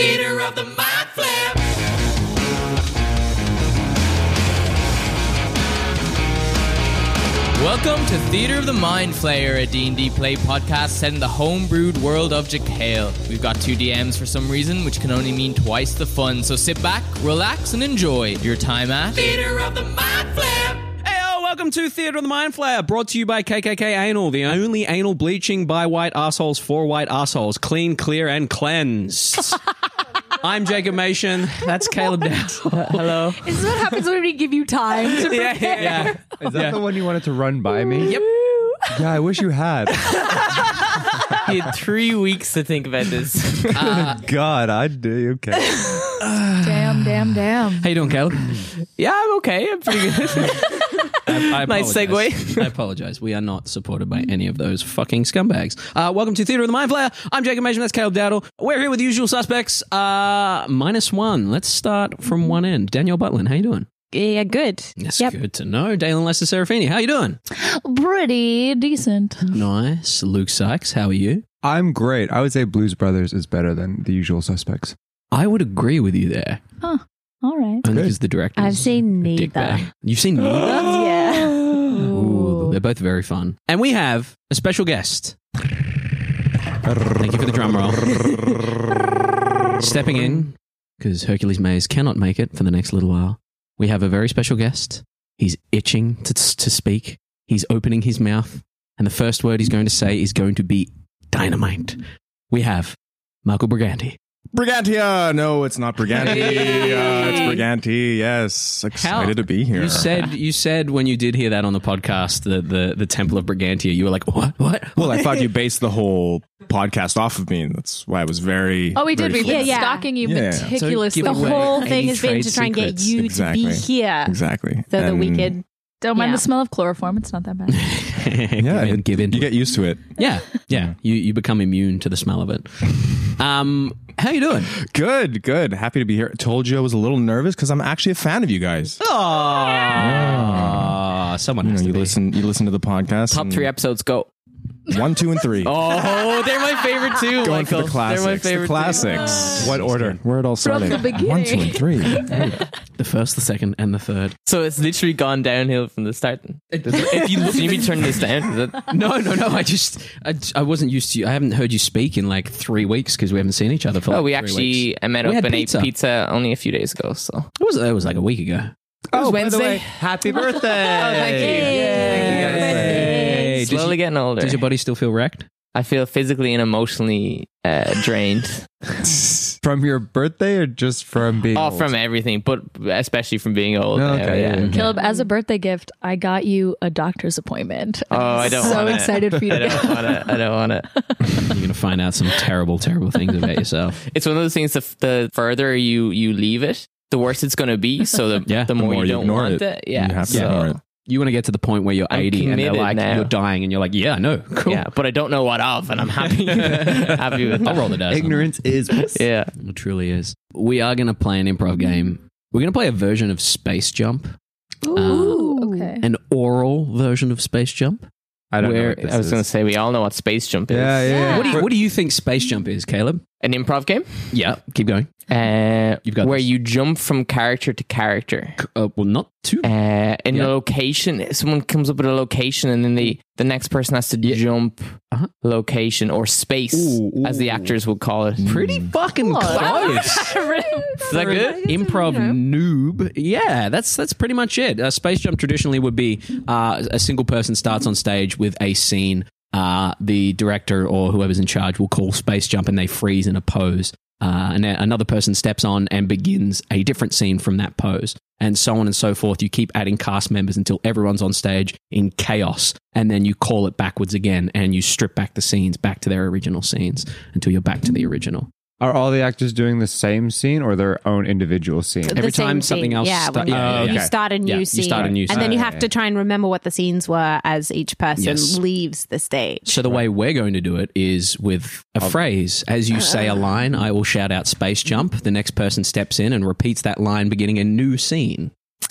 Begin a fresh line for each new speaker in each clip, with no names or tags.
of the mind flip.
Welcome to Theatre of the Mind Flayer, a D&D play podcast set in the homebrewed world of Jekyll. We've got two DMs for some reason, which can only mean twice the fun. So sit back, relax, and enjoy your time at...
Theater of the mind flip.
Hey, oh, welcome to Theatre of the Mind Flayer, brought to you by KKK Anal, the only anal bleaching by white assholes for white assholes. Clean, clear, and cleansed. I'm Jacob Mason. That's Caleb Dow.
Hello.
This is what happens when we give you time to prepare.
yeah.
Is that
Yeah.
the one you wanted to run by me?
Yep.
Yeah, I wish you had.
You had three weeks to think about this.
God, I do. Okay.
Damn, damn, damn.
How you doing, Caleb?
Yeah, I'm okay. I'm pretty good.
I, I
Nice
apologize.
segue.
I apologize. We are not supported by any of those fucking scumbags. Uh, welcome to Theatre of the Mind Flayer. I'm Jacob Mason. That's Caleb Dowdle. We're here with the usual suspects. Uh, minus one. Let's start from one end. Danielle Butlin, how you doing?
Yeah, good.
That's
yep.
good to know. Dalen Lester Serafini, how you doing?
Pretty decent.
Nice. Luke Sykes, how are you?
I'm great. I would say Blues Brothers is better than the usual suspects.
I would agree with you there.
All right.
Only
Good.
because the director.
I've seen neither.
Dickbag. You've seen neither?
yeah.
Ooh, they're both very fun. And we have a special guest. Thank you for the drum roll. Stepping in, because Hercules Mays cannot make it for the next little while, we have a very special guest. He's itching to, to speak, he's opening his mouth, and the first word he's going to say is going to be dynamite. We have Michael Briganti.
Brigantia! No, it's not Briganti. Uh, it's Briganti. Yes. Excited to be here.
You said you said when you did hear that on the podcast, the the, the Temple of Brigantia, you were like, what, what?
Well, I thought you based the whole podcast off of me. That's why I was very.
Oh, we
very
did. We've
flippant.
been
Yeah, yeah.
stalking you
Yeah.
meticulously.
Give
The
away
whole
any
thing has been to
trade
try and get
secrets.
you to
Exactly.
be here
exactly.
so that we
And-
could. Don't mind
Yeah.
the smell of chloroform. It's not that bad.
give
Yeah,
in,
it-
give in.
You get used to it.
Yeah, yeah. You you become immune to the smell of it. Um, how you doing?
Good, good. Happy to be here. Told you I was a little nervous because I'm actually a fan of you guys.
Oh, someone
You know,
has
you
to be.
listen, you listen to the podcast.
Top
and
three episodes go.
one, two, and three.
Oh, they're my favorite too.
Going
Michael.
for the classics.
They're my
the
favorite.
Ah.
classics.
What order?
Where it all started.
the beginning.
One, two, and three.
The first, the second, and the third.
too. So it's literally gone downhill from the start. if you look, you turn this down. Is
Oh,
that-
No, no, no. I just I, I wasn't used to. I haven't heard you speak in like three weeks because we haven't seen each other for.
Oh,
like
we
three
actually
weeks.
I met
We
up
had
and
pizza.
ate pizza only a few days ago. So
It was it was like a week ago.
oh, by the
Wednesday. Oh,
way, happy birthday.
Hey, does,
slowly
you-
getting older.
does your body still feel wrecked?
I feel physically and emotionally uh, drained.
From your birthday or just from being.
All
old?
Oh, from everything, but especially from being old.
Oh, okay,
yeah.
yeah, yeah.
Caleb, as a
Mm.
birthday gift, I got you a doctor's appointment.
Oh, I don't
So
want it.
excited for you
I
to
don't
go.
want to. I don't want to.
You're gonna find out some terrible, terrible things about yourself.
It's one of those things. The, the further you you leave it, the worse it's going to be. So the
Yeah.
the, more you don't
ignore
want
it,
it, yeah.
you have to
so,
ignore it.
You want to get to the point where you're
I'm
80 and they're
committed
like
now.
you're dying, and you're like, yeah, I know, cool.
yeah. But I don't know what of, and I'm happy happy with
I'll
that.
roll the dice. on that.
Ignorance is.
Yeah,
It truly is. We are going to play an improv game. We're going to play a version of Space Jump, uh,
Ooh, okay.
an oral version of Space Jump.
I don't
Where-
know. What this
I was
is.
going to say we all know what space jump is.
Yeah, yeah. yeah.
What do, you, what do you think Space Jump is, Caleb?
An improv game
Yeah, keep going.
uh,
You've got
where
this.
you jump from character to character.
Uh, well, not too.
Uh, in a
Yeah.
location, someone comes up with a location, and then the the next person has to jump
Uh-huh.
location or space, as the actors would call it.
Pretty
Hmm.
fucking close.
Is that good?
improv noob. Yeah, that's that's pretty much it. Uh, space jump traditionally would be uh, a single person starts on stage with a scene. Uh, the director or whoever's in charge will call space jump, and they freeze in a pose. Uh, and then another person steps on and begins a different scene from that pose, and so on and so forth. You keep adding cast members until everyone's on stage in chaos, and then you call it backwards again, and you strip back the scenes back to their original scenes until you're back to the original.
Are all the actors doing the same scene or their own individual scene?
Every
the same
time something
scene.
else
Yeah,
sta-
when you,
Yeah,
you
okay.
start a new
Yeah, you
scene.
start a new
And then you
scene.
have to try and remember what the scenes were as each person
Yes.
leaves the stage.
So the way we're going to do it is with a phrase. As you say a line, I will shout out space jump. The next person steps in and repeats that line, beginning a new scene.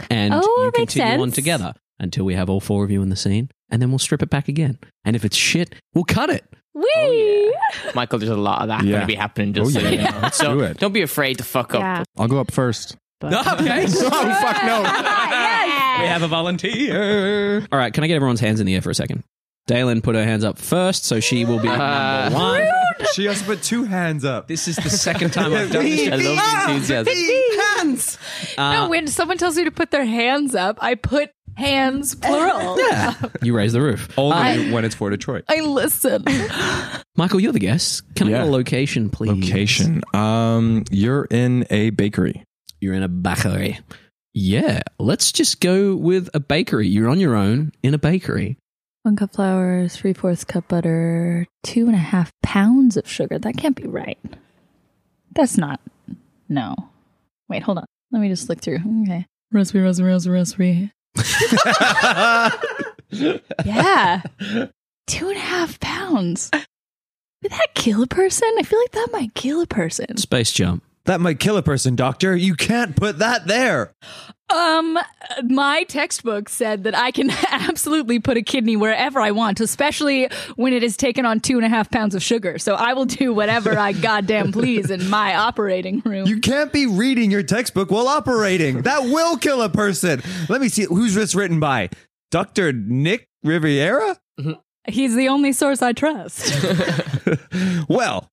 And
Oh,
you
makes
continue on
sense.
together. until we have all four of you in the scene, and then we'll strip it back again. And if it's shit, we'll cut it.
Wee!
Oh,
Michael, there's a lot of that
Yeah.
going to be happening. Just so,
Oh, yeah.
you know.
Let's
so
do it.
don't be afraid to fuck
Yeah.
up.
I'll go up first.
Okay.
oh fuck no!
We
yes.
have a volunteer. All right, can I get everyone's hands in the air for a second? Dalen put her hands up first, so she will be
Uh,
number one.
She has to put two hands up.
This is the second time I've done
I
this.
love the enthusiasm.
hands.
Uh,
no, when someone tells me to put their hands up, I put hands plural.
You raise the roof.
Only when it's for Detroit.
I listen.
Michael, you're the guest. Can I
Yeah.
get a location, please?
Location. Um, you're in a bakery.
You're in a bakery. Yeah, let's just go with a bakery. You're on your own in a bakery.
One cup flour, three fourths cup butter, two and a half pounds of sugar. That can't be right. That's not. No. Wait, hold on. Let me just look through. Okay. Recipe, recipe, recipe, recipe.
yeah.
Two and a half pounds. Did that kill a person? I feel like that might kill a person.
Space jump.
That might kill a person, Doctor. You can't put that there.
Um, my textbook said that I can absolutely put a kidney wherever I want, especially when it has taken on two and a half pounds of sugar. So I will do whatever I goddamn please in my operating room.
You can't be reading your textbook while operating. That will kill a person. Let me see. Who's this written by? Dr. Nick Riviera?
He's the only source I trust.
Well,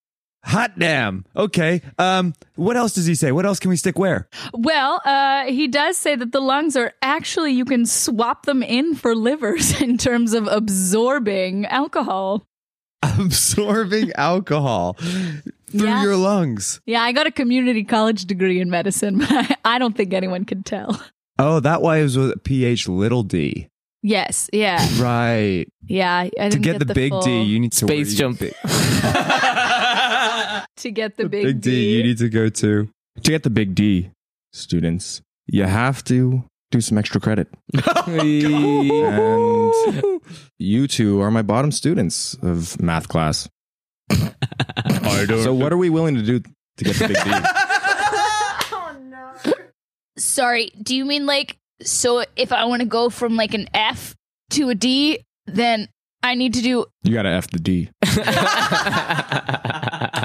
hot damn. Okay. Um, what else does he say? What else can we stick where?
well, uh, he does say that the lungs are actually, you can swap them in for livers in terms of absorbing alcohol.
Absorbing alcohol through
Yeah.
your lungs.
Yeah, I got a community college degree in medicine, but I, I don't think anyone could tell.
Oh, that why it was with pH little d.
Yes, yeah,
Right.
yeah. I
to
didn't
get, the, big
full-
D, you need to
Space
where you-
jump.
to get the big,
Big, D, you need to go to.
To get the big D, students, you have to do some extra credit. and you two are my bottom students of math class. so what are we willing to do to get the big D?
Sorry, do you mean like so if I want to go from like an F to a D, then I need to do
You gotta F the D.
Oh.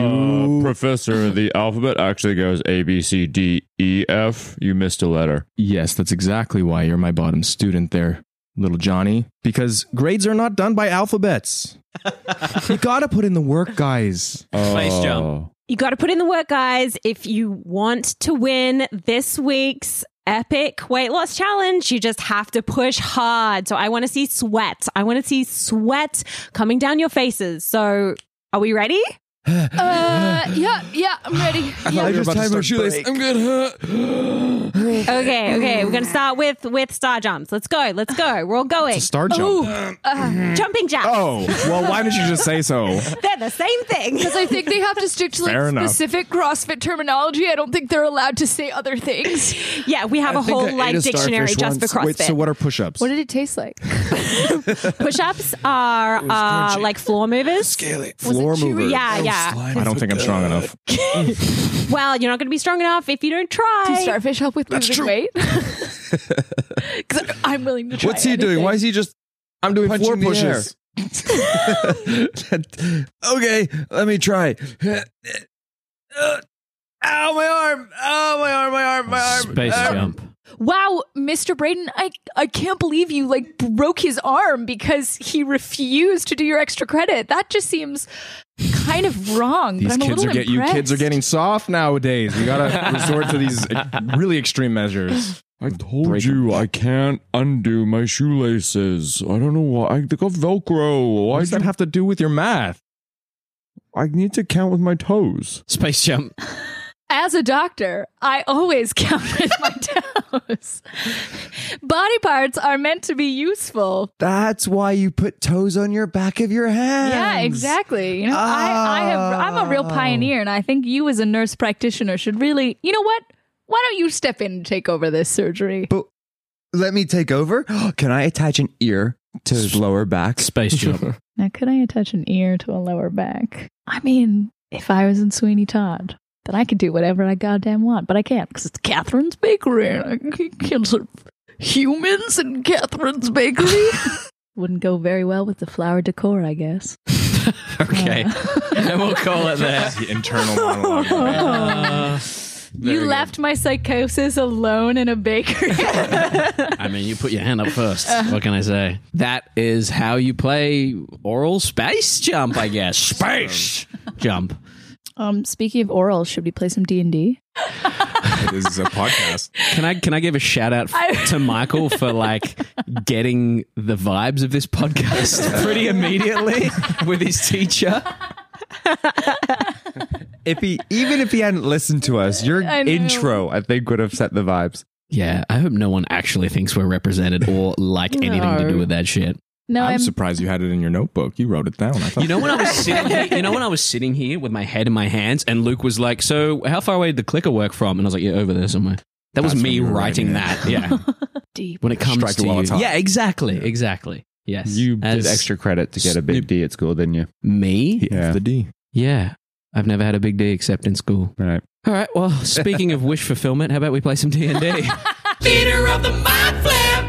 Uh, professor, the alphabet actually goes A, B, C, D, E, F. You missed a letter.
Yes, that's exactly why you're my bottom student there, little Johnny. Because grades are not done by alphabets. you gotta put in the work, guys.
Space jump.
Uh,
You got to put in the work, guys. If you want to win this week's epic weight loss challenge, you just have to push hard. So I want to see sweat. I want to see sweat coming down your faces. So are we ready?
Uh yeah, yeah, I'm ready.
I just tied my shoelace. I'm good.
Okay, okay. We're going to start with with star jumps. Let's go. Let's go. We're all going.
It's a star jump.
Oh.
Jumping jacks.
Oh, well, why did you just say so?
They're the same thing.
Because I think they have to stick to like
Fair enough.
specific CrossFit terminology. I don't think they're allowed to say other things.
Yeah, we have a whole like dictionary just for CrossFit.
Wait, so what are push ups?
What did it taste like?
Push-ups are uh, like floor movers.
Floor movers.
Yeah, yeah.
I don't think I'm strong enough.
Well, you're not going to be strong enough if you don't try.
Does starfish help with losing weight? Because I'm willing to try.
What's he doing? Why is he just
I'm doing
floor pushes?
okay, let me try. Uh, Ow, my arm! Ow, my arm! My arm! My arm!
Space
Uh,
jump.
Wow, Mr. Braden, I I can't believe you like broke his arm because he refused to do your extra credit. That just seems kind of wrong.
These
but I'm
kids
a
are
little
get, you kids are
impressed.
getting soft nowadays. We gotta resort to these uh, really extreme measures.
I told
Break
you I can't undo my shoelaces. I don't know why. I, they got Velcro.
What
Why
does that
do
have to do with your math?
I need to count with my toes?
Space jump.
As a doctor, I always count with my toes. Body parts are meant to be useful.
That's why you put toes on your back of your hands.
Yeah, exactly. You know, I, I have, I'm a real
Oh.
pioneer, and I think you, as a nurse practitioner, should really, you know what? Why don't you step in and take over this surgery?
Let me take over. Can I attach an ear to his lower back?
Space jump.
Now could I attach an ear to a lower back? I mean, if I was in Sweeney Todd, then I could do whatever I goddamn want, but I can't because it's Catherine's bakery and I- kids are
humans in Catherine's bakery. Wouldn't go very well with the flower decor, I guess.
Okay. and we'll call it there.
The internal monologue. Uh,
you left my psychosis alone in a bakery.
I mean, you put your hand up first. What can I say? That is how you play oral space jump, I guess. Space jump.
Um, speaking of oral, should we play some D and D?
this is a podcast.
Can I can I give a shout out f- to Michael for like getting the vibes of this podcast pretty immediately with his teacher?
If he, even if he hadn't listened to us, your
I know.
intro, I think, would have set the vibes.
Yeah, I hope no one actually thinks we're represented or like anything to
No.
do with that shit.
No,
I'm,
I'm.
surprised you had it in your notebook. You wrote it down. I thought
You know when I was sitting here, you know when I was sitting here with my head in my hands and Luke was like, "So, how far away did the clicker work from?" And I was like, "Yeah, over there somewhere." That was
That's when
me
you were
writing
writing
that. Yeah.
Deep.
When it comes
Strike
to
it while
you.
it's hot.
Yeah, exactly. Exactly. Yes.
You
As
did extra credit to get a big D at school, didn't you?
me?
He F the D.
Yeah. I've never had a big D except in school.
Right.
All right. Well, speaking of wish fulfillment, how about we play some D and D?
Theater of the Mind Flip.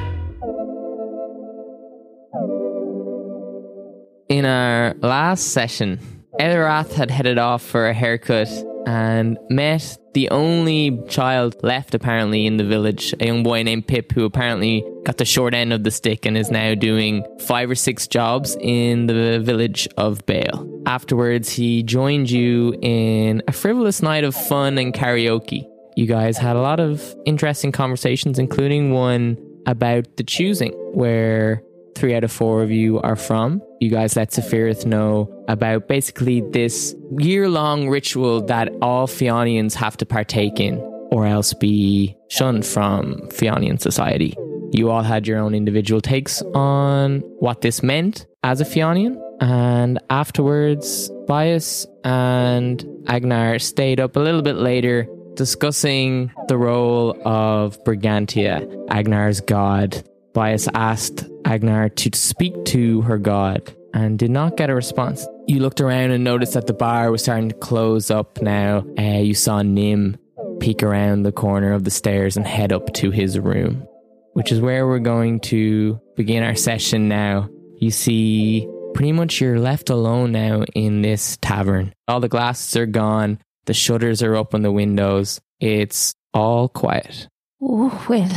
In our last session, Elrath had headed off for a haircut and met the only child left apparently in the village, a young boy named Pip who apparently got the short end of the stick and is now doing five or six jobs in the village of Bale. Afterwards, he joined you in a frivolous night of fun and karaoke. You guys had a lot of interesting conversations, including one about the choosing, where three out of four of you are from. You guys let Sephiroth know about basically this year long ritual that all Fionians have to partake in or else be shunned from Fionian society. You all had your own individual takes on what this meant as a Fionian. And afterwards, Bias and Agnar stayed up a little bit later discussing the role of Brigantia, Agnar's god, Bias asked Agnar to speak to her god and did not get a response. You looked around and noticed that the bar was starting to close up now. Uh, you saw Nim peek around the corner of the stairs and head up to his room, which is where we're going to begin our session now. You see, pretty much you're left alone now in this tavern. All the glasses are gone, the shutters are up on the windows. It's all quiet.
Oh, well,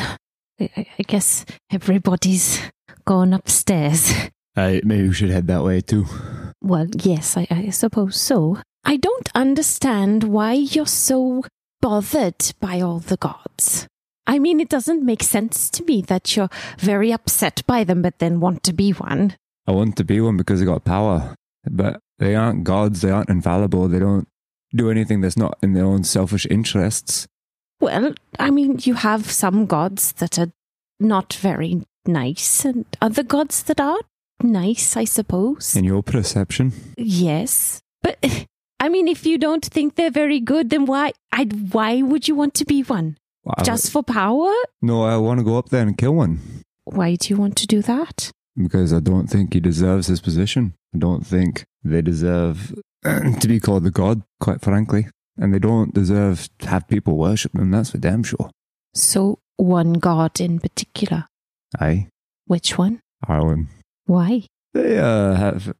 I- I I guess everybody's gone upstairs.
I maybe we should head that way too.
Well, yes, I, I suppose so. I don't understand why you're so bothered by all the gods. I mean, it doesn't make sense to me that you're very upset by them, but then want to be one.
I want to be one because I got power, but they aren't gods. They aren't infallible. They don't do anything that's not in their own selfish interests.
Well, I mean, you have some gods that are not very nice, and other gods that are nice, I suppose.
In your perception,
Yes, but I mean, if you don't think they're very good, then why? I why would you want to be one?
Well, I-
Just for power?
no, I want to go up there and kill one.
Why do you want to do that?
because I don't think he deserves his position. I don't think they deserve to be called the god, quite frankly. And they don't deserve to have people worship them, that's for damn sure.
So one god in particular.
Aye,
Which one?
Arwen.
Why?
They uh, have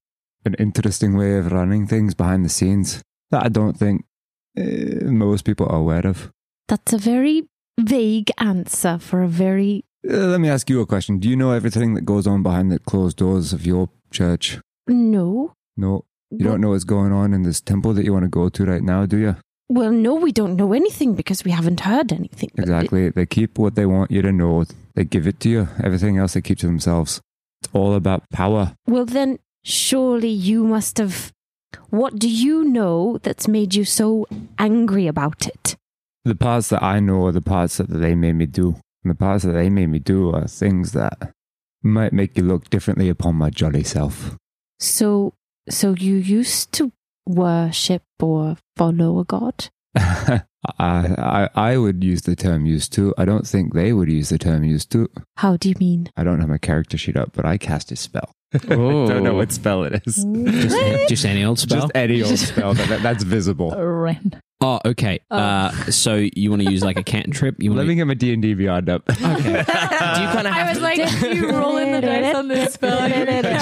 an interesting way of running things behind the scenes that I don't think uh, most people are aware of.
That's a very vague answer for a very
Uh, let me ask you a question. Do you know everything that goes on behind the closed doors of your church?
no.
No. You don't know what's going on in this temple that you want to go to right now, do you?
Well, no, we don't know anything because we haven't heard anything. but
Exactly. They keep what they want you to know. They give it to you. Everything else they keep to themselves. It's all about power.
it- well, then surely you must have. What do you know that's made you so angry about it?
The parts that I know are the parts that they made me do. And the parts that they made me do are things that might make you look differently upon my jolly self.
So, so you used to worship or follow a god?
I, I I would use the term used to. I don't think they would use the term used to.
How do you mean?
I don't have my character sheet up, but I cast a spell.
Oh.
don't know what spell it is.
just, just any old spell.
Just any old spell that, that- that's visible.
Ren.
Oh, okay. Uh, so you want to use like a cantrip? You Let me get my D and D Beyond up. Okay.
I was like, you rolling the dice on this spell.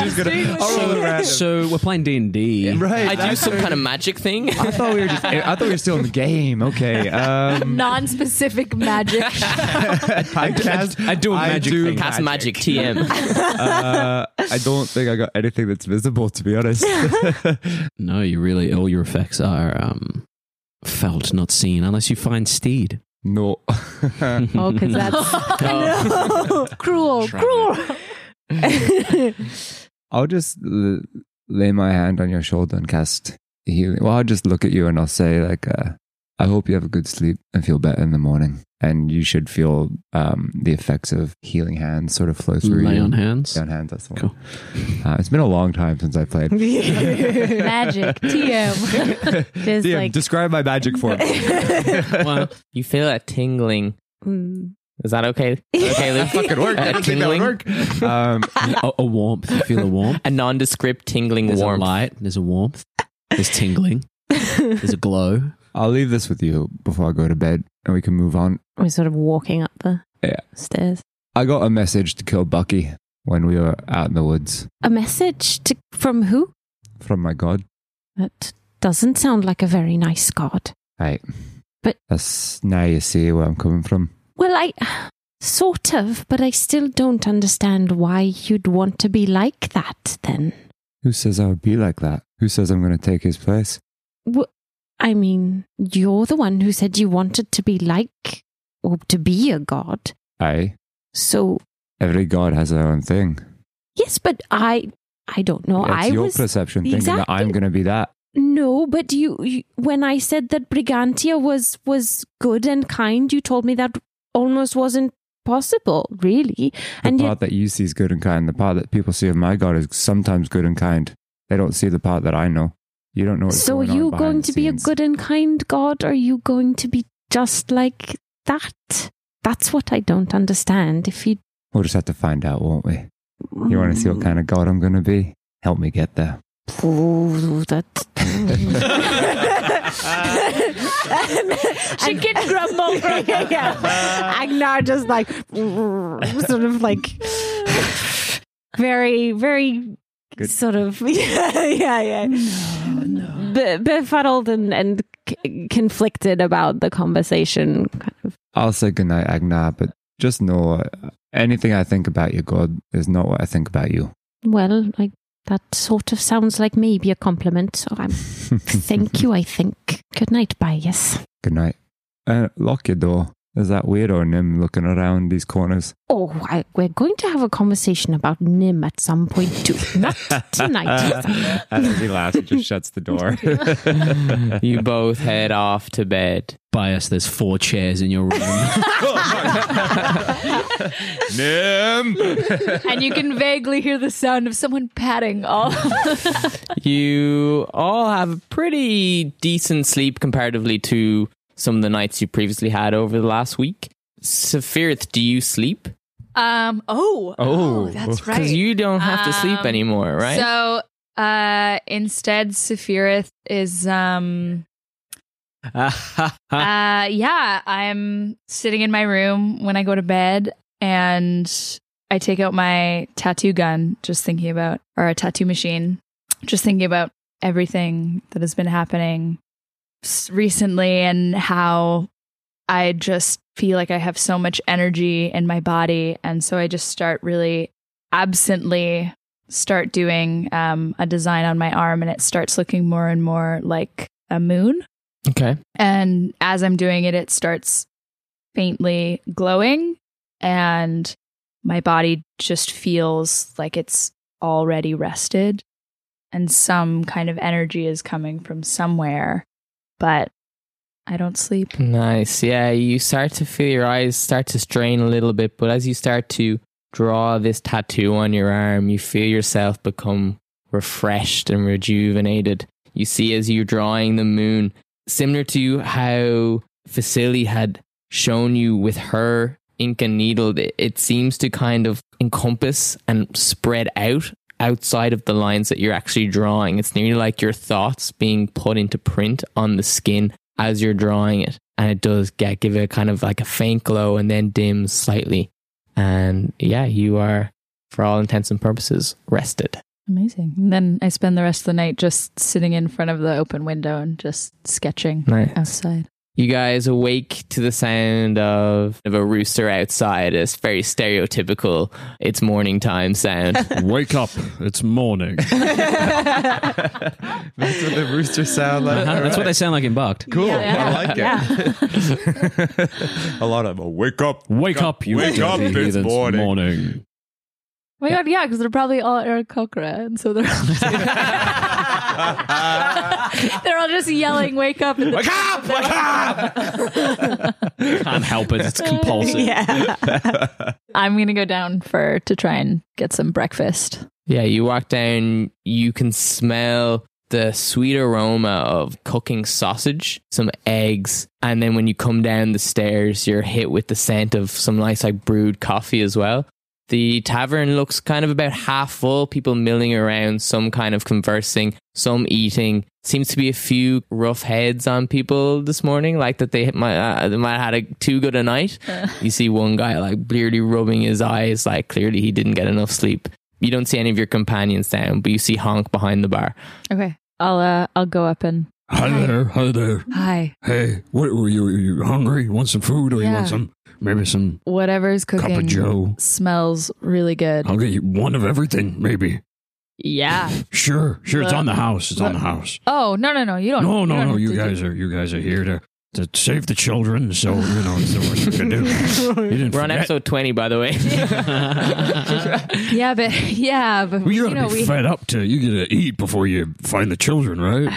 Just gonna- I'll roll it
so,
random.
so we're playing D and D,
I do some kind of magic thing.
I thought we were just. I thought we were still in the game. Okay.
Um,
Non-specific magic.
I cast. I do
a magic
do
thing. Cast magic, TM.
uh, I don't think I got anything that's visible, to be honest.
no, you really. All your effects are um, felt, not seen, unless you find Steed.
No.
oh,
because that's no. cruel, cruel.
I'll just l- lay my hand on your shoulder and cast healing. Well, I'll just look at you and I'll say, like, uh, I hope you have a good sleep and feel better in the morning. And you should feel um, the effects of healing hands sort of flow through
Lay
you.
on hands?
Lay on hands, that's the one. Uh, it's been a long time since I played.
magic. TM. Just
DM, describe my magic form.
well, you feel that tingling.
Hmm.
Is that okay? Okay, Luke.
fucking worked. I
A
didn't think that would
tingling?
work. Um,
a, a warmth. You feel a warmth.
A nondescript tingling
There's
warmth.
a light. There's a warmth. There's tingling. there's a glow.
I'll leave this with you before I go to bed and we can move on.
We're sort of walking up the
Yeah.
stairs.
I got a message to kill Bucky when we were out in the woods
A message to, from who?
from my god.
That doesn't sound like a very nice god.
Right.
But-
that's now you see where I'm coming from.
Well, I sort of, but I still don't understand why you'd want to be like that then.
Who says I would be like that? Who says I'm going to take his place?
Wh- I mean, you're the one who said you wanted to be like or to be a god.
I.
So,
Every god has their own thing.
yes, but I I don't know.
That's
I
your
was
perception thinking that I'm going to be that.
No, but you, you when I said that Brigantia was was good and kind, you told me that almost wasn't possible, really.
The
and
part
yet,
that you see is good and kind. The part that people see of my god is sometimes good and kind. They don't see the part that I know. You don't know. What's
so
going on
are you
behind
going
the
to be a
scenes.
good and kind god or are you going to be just like that? That's what I don't understand. If you
We'll just have to find out, won't we? You want to see what
Mm.
kind of god I'm going to be? Help me get there.
Oh, that
Chicken grumble. yeah. Agnar just like sort of like very, very
Good.
sort of yeah, yeah, yeah. Be- befuddled and and c- conflicted about the conversation. Kind of.
I'll say goodnight, Agnar, but just know uh, anything I think about your god is not what I think about you.
Well, like that sort of sounds like maybe a compliment. So I'm thank you, I think. Good night, bye, yes.
Good night. Uh, lock your door. There's that weirdo Nim looking around these corners.
Oh, I, we're going to have a conversation about Nim at some point too. Not tonight.
As he laughs, he just shuts the door.
you both head off to bed.
Bias. There's four chairs in your room.
Nim!
and you can vaguely hear the sound of someone patting all.
You all have a pretty decent sleep comparatively to some of the nights you previously had over the last week. Sephiroth, do you sleep?
um. Oh.
Oh,
that's right.
Because you don't have to sleep
Um,
anymore, right?
So uh, instead, Sephiroth is um. uh, yeah, I'm sitting in my room when I go to bed, and I take out my tattoo gun, just thinking about, or a tattoo machine, just thinking about everything that has been happening s- recently and how I just feel like I have so much energy in my body. And so I just start really absently start doing um, a design on my arm and it starts looking more and more like a moon.
okay.
And as I'm doing it, it starts faintly glowing, and my body just feels like it's already rested, and some kind of energy is coming from somewhere, but I don't sleep.
Nice. Yeah, you start to feel your eyes start to strain a little bit, but as you start to draw this tattoo on your arm, you feel yourself become refreshed and rejuvenated. You see as you're drawing the moon, similar to how Facili had shown you with her ink and needle, it, it seems to kind of encompass and spread out outside of the lines that you're actually drawing. It's nearly like your thoughts being put into print on the skin as you're drawing it, and it does get give it a kind of like a faint glow and then dims slightly. And yeah, you are, for all intents and purposes, rested.
Amazing. And then I spend the rest of the night just sitting in front of the open window and just sketching
Nice.
outside.
You guys awake to the sound of, of a rooster outside. It's very stereotypical. It's morning time sound.
Wake up. It's morning.
Uh-huh,
That's what the rooster sound like.
uh,
Uh-huh, that's what they sound like in Bucked.
Cool.
Yeah.
I like it. a lot of wake up,
Wake up, you
wake up,
dirty
it's
heathens.
morning.
morning.
Oh my god, yeah, because they're probably all Eric Kokra, and so they're all they're all just yelling, "Wake up!" In the wake up! Wake
Can't help it. It's compulsive.
Yeah. I'm gonna go down for to try and get some breakfast.
Yeah, you walk down, you can smell the sweet aroma of cooking sausage, some eggs, and then when you come down the stairs, you're hit with the scent of some nice, like, brewed coffee as well. The tavern looks kind of about half full, people milling around, some kind of conversing, some eating. Seems to be a few rough heads on people this morning, like that they might, uh, they might have had a, too good a night. You see one guy like clearly rubbing his eyes, like clearly he didn't get enough sleep. You don't see any of your companions down, but you see Honk behind the bar.
Okay, I'll uh, I'll go up and
Hi there. Hi there.
hi,
Hey, what were you? Are you hungry? Want some food, or you
Yeah.
want some? Maybe some.
whatever's cooking
Joe.
smells really good.
I'll get you one of everything. Maybe.
Yeah.
Sure. Sure. it's
Look.
on the house. It's on the house.
Oh no no no! You don't.
No,
you
no,
don't
no.
have
You
to do-
guys are you guys are here to to save the children. So you know it's the worst you can do. You didn't
We're on
forget.
episode 20, by the way.
Yeah, but yeah, but
Well, you're
you
gonna
know
be
we
fed up to you gotta eat before you find the children, right?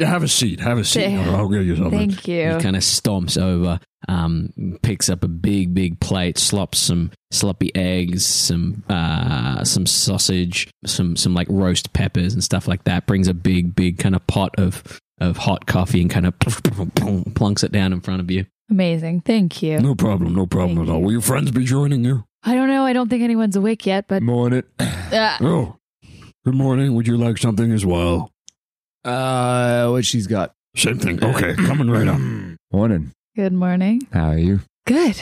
have a seat. Have a
seat, or I'll
get you
Thank you.
He kind of stomps over, um, picks up a big, big plate, slops some sloppy eggs, some uh, some sausage, some some like roast peppers and stuff like that. Brings a big, big kind of pot of of hot coffee and kind of plunks it down in front of you.
Amazing. Thank you.
No problem. No problem at all. Will your friends be joining you?
I don't know. I don't think anyone's awake yet, but
Morning.
uh,
Oh, good morning. Would you like something as well?
Uh, what she's got?
Same thing.
Uh,
Okay, coming right up.
Morning.
good morning.
How are you?
Good.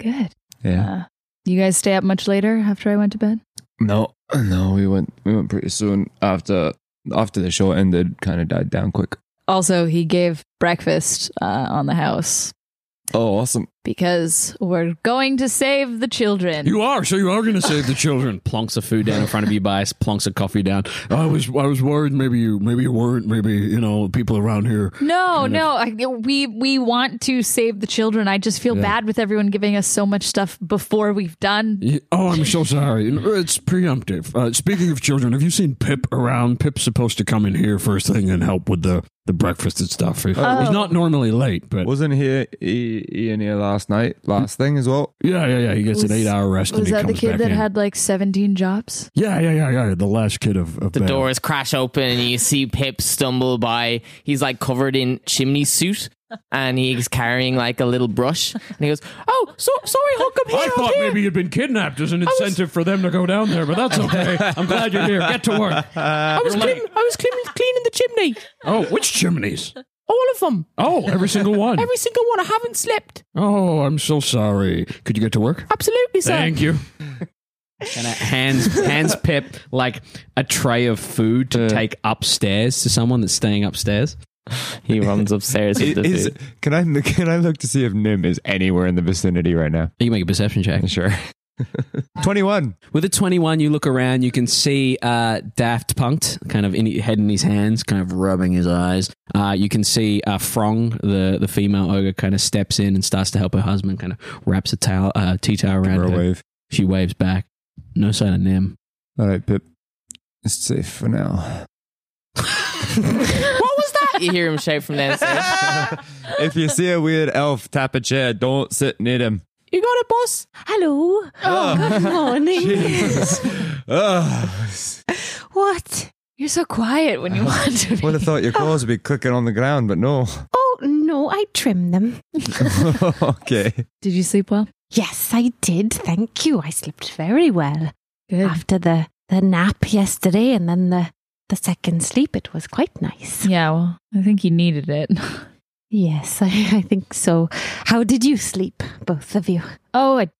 Good.
Yeah.
Uh, you guys stay up much later after I went to bed?
No, no, we went we went pretty soon after after the show ended. Kind of died down quick.
Also, he gave breakfast uh, on the house
Oh, awesome!
because we're going to save the children.
You are, so you are going to save the children.
Plonks a food down in front of you, bias. Plonks a coffee down.
I was, I was worried. Maybe you, maybe you weren't. Maybe you know, people around here.
no,
Kind
no, I, we we want to save the children. I just feel
Yeah.
bad with everyone giving us so much stuff before we've done.
Yeah, Oh, I'm so sorry. It's preemptive. Uh, speaking of children, have you seen Pip around? Pip's supposed to come in here first thing and help with the, the breakfast and stuff. He's
Oh.
he's not normally late, but
Wasn't here I- Ian here last night, last thing as well.
yeah, yeah, yeah. He gets an
Was-
eight hour rest and
Was
he
that
comes
the kid
back
that
in.
had like seventeen jobs?
yeah, yeah, yeah, yeah. The last kid of, of
The
Bell.
doors crash open and you see Pip stumble by. He's like covered in chimney soot and he's carrying like a little brush. And he goes, Oh, so, sorry, Hulk, I'm here.
I
I'm
thought
here."
maybe you'd been kidnapped as an incentive for them to go down there, but that's okay. I'm glad you're here. Get to work.
I was, clean, I was clean, cleaning the chimney.
Oh, which chimneys?
All of them.
Oh, every single one.
Every single one. I haven't slept.
Oh, I'm so sorry. Could you get to work?
Absolutely, sir.
Thank you.
And it hands hands Pip like a tray of food
Uh,
to take upstairs to someone that's staying upstairs.
He runs upstairs
with the
Is,
food.
can I can I look to see if Nim is anywhere in the vicinity right now?
You can make a perception check.
Sure. Twenty one.
With a 21, you look around, you can see uh, Daft Punked, kind of in, head in his hands, kind of rubbing his eyes. Uh, you can see uh, Frong, the, the female ogre, kind of steps in and starts to help her husband, kind of wraps a towel, uh, tea towel around
her a
her.
wave.
She waves back. No sign of Nim.
All right, Pip. It's safe for now.
What was that? You hear him shout from downstairs.
if you see a weird elf, tap a chair. Don't sit near them. Ah.
You got it, boss?
Hello. Oh, good morning. what?
You're so quiet when you
Uh-huh.
want to.
Would have thought your claws would be clicking on the ground, but no.
Oh, no, I trimmed them.
okay.
Did you sleep well?
Yes, I did. Thank you. I slept very well.
Ah.
After the, the nap yesterday and then the, the second sleep, it was quite nice.
Yeah, well, I think he needed it.
Yes, I, I think so. How did you sleep, both of you?
Oh, I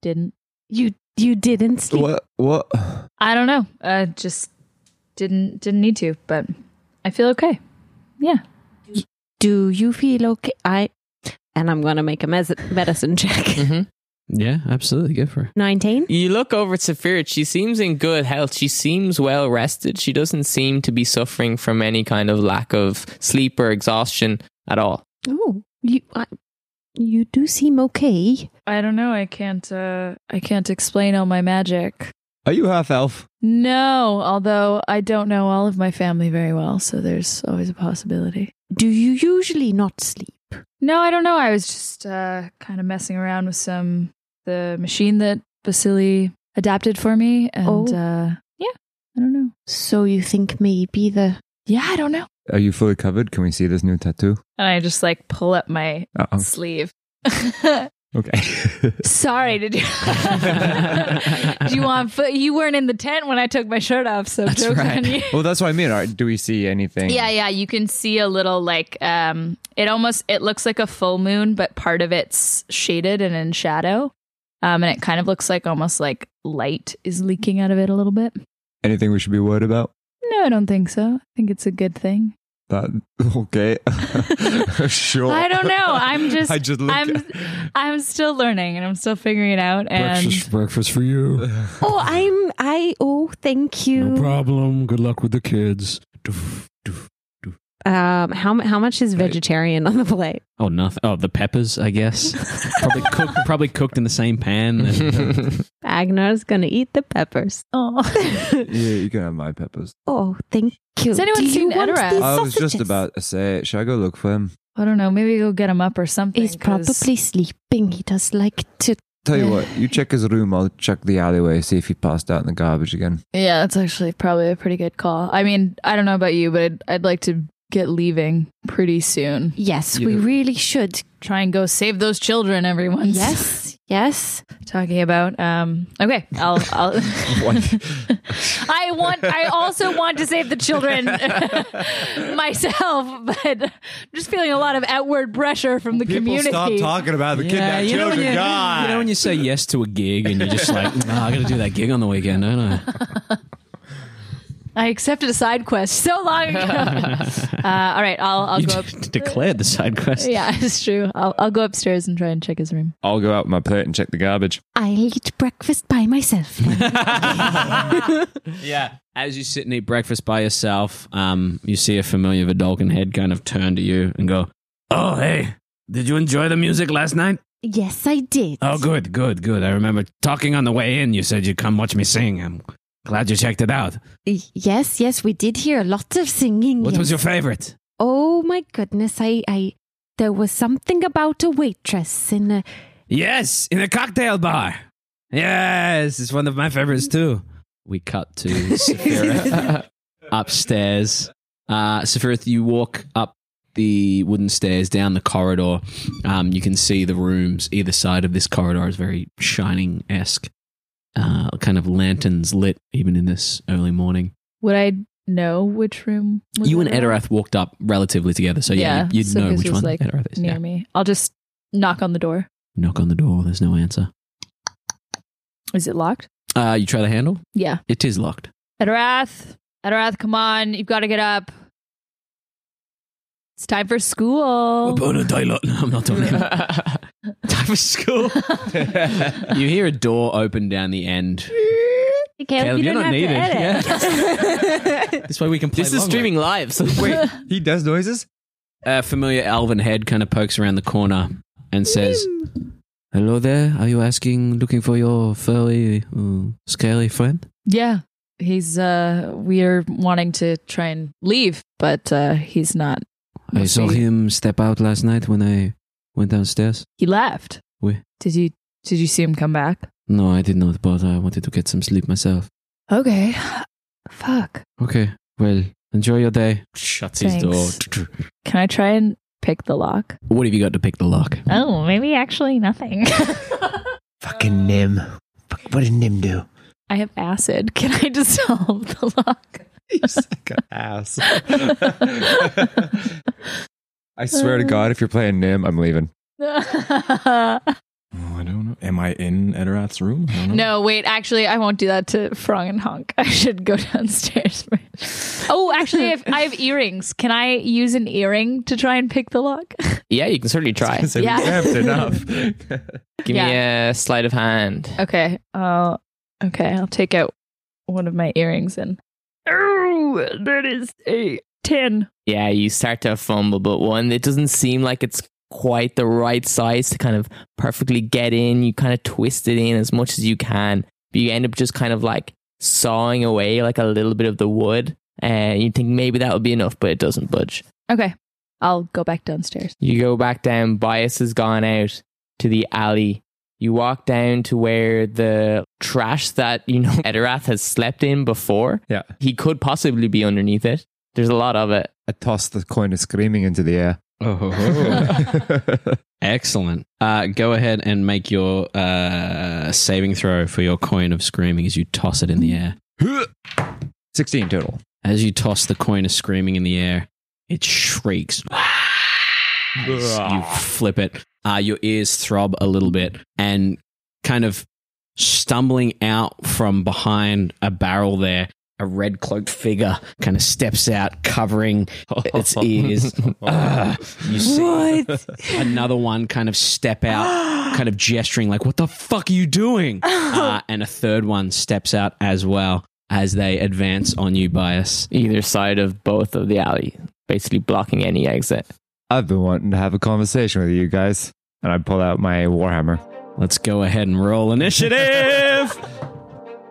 didn't.
You you didn't sleep.
What? What?
I don't know. Uh, just didn't didn't need to, but I feel okay. Yeah.
Do you feel okay? I and I'm gonna make a mes- medicine check.
Yeah, absolutely. Go for it.
Nineteen.
You look over at Safirit. She seems in good health. She seems well rested. She doesn't seem to be suffering from any kind of lack of sleep or exhaustion at all.
Oh, you I, you do seem okay.
I don't know. I can't. Uh, I can't explain all my magic.
Are you half elf?
No, although I don't know all of my family very well, so there's always a possibility.
Do you usually not sleep?
No, I don't know. I was just uh, kind of messing around with some the machine that Vasily adapted for me, and
Oh.
uh, yeah, I don't know.
So you think maybe the
Yeah, I don't know.
Are you fully covered? Can we see this new tattoo?
And I just like pull up my
Uh-oh.
sleeve.
Oh. Okay.
Sorry, did you? do you want? Foot? You weren't in the tent when I took my shirt off, so joke's on you.
well, Oh, that's what I mean. All right, do we see anything?
Yeah, yeah. You can see a little like um it almost it looks like a full moon, but part of it's shaded and in shadow. Um and it kind of looks like almost like light is leaking out of it a little bit.
Anything we should be worried about?
No, I don't think so. I think it's a good thing.
That okay? sure.
I don't know. I'm just
I just look.
I'm I'm still learning and I'm still figuring it out and
breakfast, breakfast for you.
Oh, I'm I oh thank you.
No problem. Good luck with the kids.
Um, how mu- how much is vegetarian on the plate?
Oh, nothing. Oh, the peppers, I guess. probably cooked. Probably cooked in the same pan.
Agnar's gonna eat the peppers.
Oh,
yeah, you can have my peppers.
oh thank you.
Has anyone
Do you
seen
want
Edoras?
these
I was just
sausages?
about to say it. Should I go look for him?
I don't know, maybe go get him up or something.
He's
'cause-
probably sleeping. He does like to.
Tell you what, you check his room. I'll check the alleyway. See if he passed out in the garbage again.
Yeah, that's actually probably a pretty good call. I mean, I don't know about you, but I'd, I'd like to get leaving pretty soon.
Yes, we really should.
Try and go save those children, everyone.
Yes, yes.
talking about. Um, okay, I'll. I'll I want. I also want to save the children myself, but I'm just feeling a lot of outward pressure from the community.
about the
Yeah, you know, when you, you know when you say yes to a gig and you're just like, "Nah, I got to do that gig on the weekend, don't I?
I accepted a side quest so long ago. uh, all right, I'll. I'll
you
go up.
d- declared the side quest.
Yeah, it's true. I'll, I'll go upstairs and try and check his room.
Oh.
I'll go out with my plate and check the garbage.
I'll eat breakfast by myself.
Yeah. As you sit and eat breakfast by yourself, um, you see a familiar Vidalcan head kind of turn to you and go, Oh, hey, did you enjoy the music last night?
yes, I did.
Oh, good, good, good. I remember talking on the way in. You said you'd come watch me sing. I'm glad you checked it out.
Y- Yes, yes, we did hear a lot of singing.
What was
yes.
your favorite?
Oh my goodness, I, I, there was something about a waitress in a.
Yes, in a cocktail bar. Yes, it's one of my favorites too. We cut to Saphira upstairs. Uh, Saphira, you walk up the wooden stairs down the corridor. Um, you can see the rooms either side of this corridor is very shining esque, uh, kind of lanterns lit even in this early morning.
Would I know which room? was
you and
it in?
Edorath walked up relatively together, so yeah, you- you'd
so
know
this
which
was,
one Edorath is.
near
Yeah.
me. I'll just knock on the door.
Knock on the door. There's no answer.
Is it locked?
Uh, you try the handle.
Yeah.
It is locked.
Edorath, Edorath, come on! You've got to get up. It's time for school.
a daylight. No, I'm not doing that. Time for school. you hear a door open down the end. Caleb, you're not needed. This way we can play.
This is streaming live. So
Wait, he does noises?
A familiar elven head kind of pokes around the corner and says, "Hello there. Are you asking, looking for your furry, uh, scaly friend?"
Yeah, he's. uh We are wanting to try and leave, but uh he's not.
I saw him step out last night when I went downstairs.
He left.
We-
Did you? Did you see him come back?
No, I did not, but I wanted to get some sleep myself.
Okay. Fuck.
Okay. Well, enjoy your day. Shuts
his Thanks.
door.
Can I try and pick the lock?
What have you got to pick the lock?
Oh, maybe actually nothing.
Fucking Nim. Fuck, what did Nim do?
I have acid. Can I dissolve the lock?
Ass.
I swear to God, if you're playing Nim, I'm leaving.
I don't know. Am I in Edorath's room? I don't know.
No, wait. Actually, I won't do that to Frong and Honk. I should go downstairs. oh, actually, I have, I have earrings. Can I use an earring to try and pick the lock?
Yeah, you can certainly try.
So we Yeah.
camped enough.
Give me
Yeah.
a sleight of hand.
Okay. Uh, okay. I'll take out one of my earrings and. Oh, that is a 10.
Yeah, you start to fumble, but one, it doesn't seem like it's quite the right size to kind of perfectly get in. You kind of twist it in as much as you can, but you end up just kind of like sawing away like a little bit of the wood. And you think maybe that would be enough, but it doesn't budge.
Okay. I'll go back downstairs.
You go back down. Bias has gone out to the alley. You walk down to where the trash that you know Edorath has slept in before.
Yeah,
he could possibly be underneath it. There's a lot of it.
I tossed the coin of screaming into the air.
Oh, Excellent. Uh, go ahead and make your uh, saving throw for your coin of screaming as you toss it in the air.
16 total.
As you toss the coin of screaming in the air, it shrieks. As you flip it. Uh, your ears throb a little bit and kind of stumbling out from behind a barrel there. A red cloaked figure kind of steps out, covering its ears. Ah, you see
What?
another one kind of step out, kind of gesturing like, "What the fuck are you doing?" Uh, and a third one steps out as well as they advance on you, bias.
Either side of both of the alley, basically blocking any exit.
I've been wanting to have a conversation with you guys, and I pull out my warhammer.
Let's go ahead and roll initiative.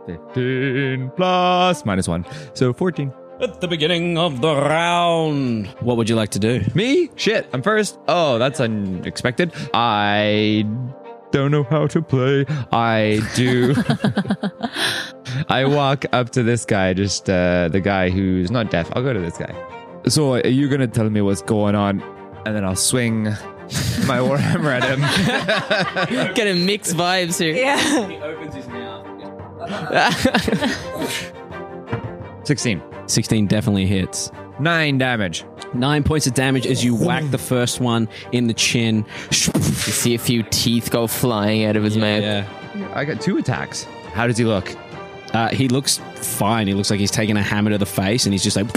15 plus minus one, so 14.
At the beginning of the round, what would you like to do?
Me? Shit, I'm first. Oh, that's unexpected. I don't know how to play. I do. I walk up to this guy, just uh, the guy who's not deaf. I'll go to this guy. So, are you going to tell me what's going on? And then I'll swing my Warhammer at him.
Getting mixed vibes here.
Yeah.
He opens his mouth.
16.
16 definitely hits.
Nine damage.
Nine points of damage as you whack the first one in the chin. You see
a few teeth go flying out of his mouth.
I got two attacks. How does he look?
Uh, he looks fine. He looks like he's taken a hammer to the face and he's just like,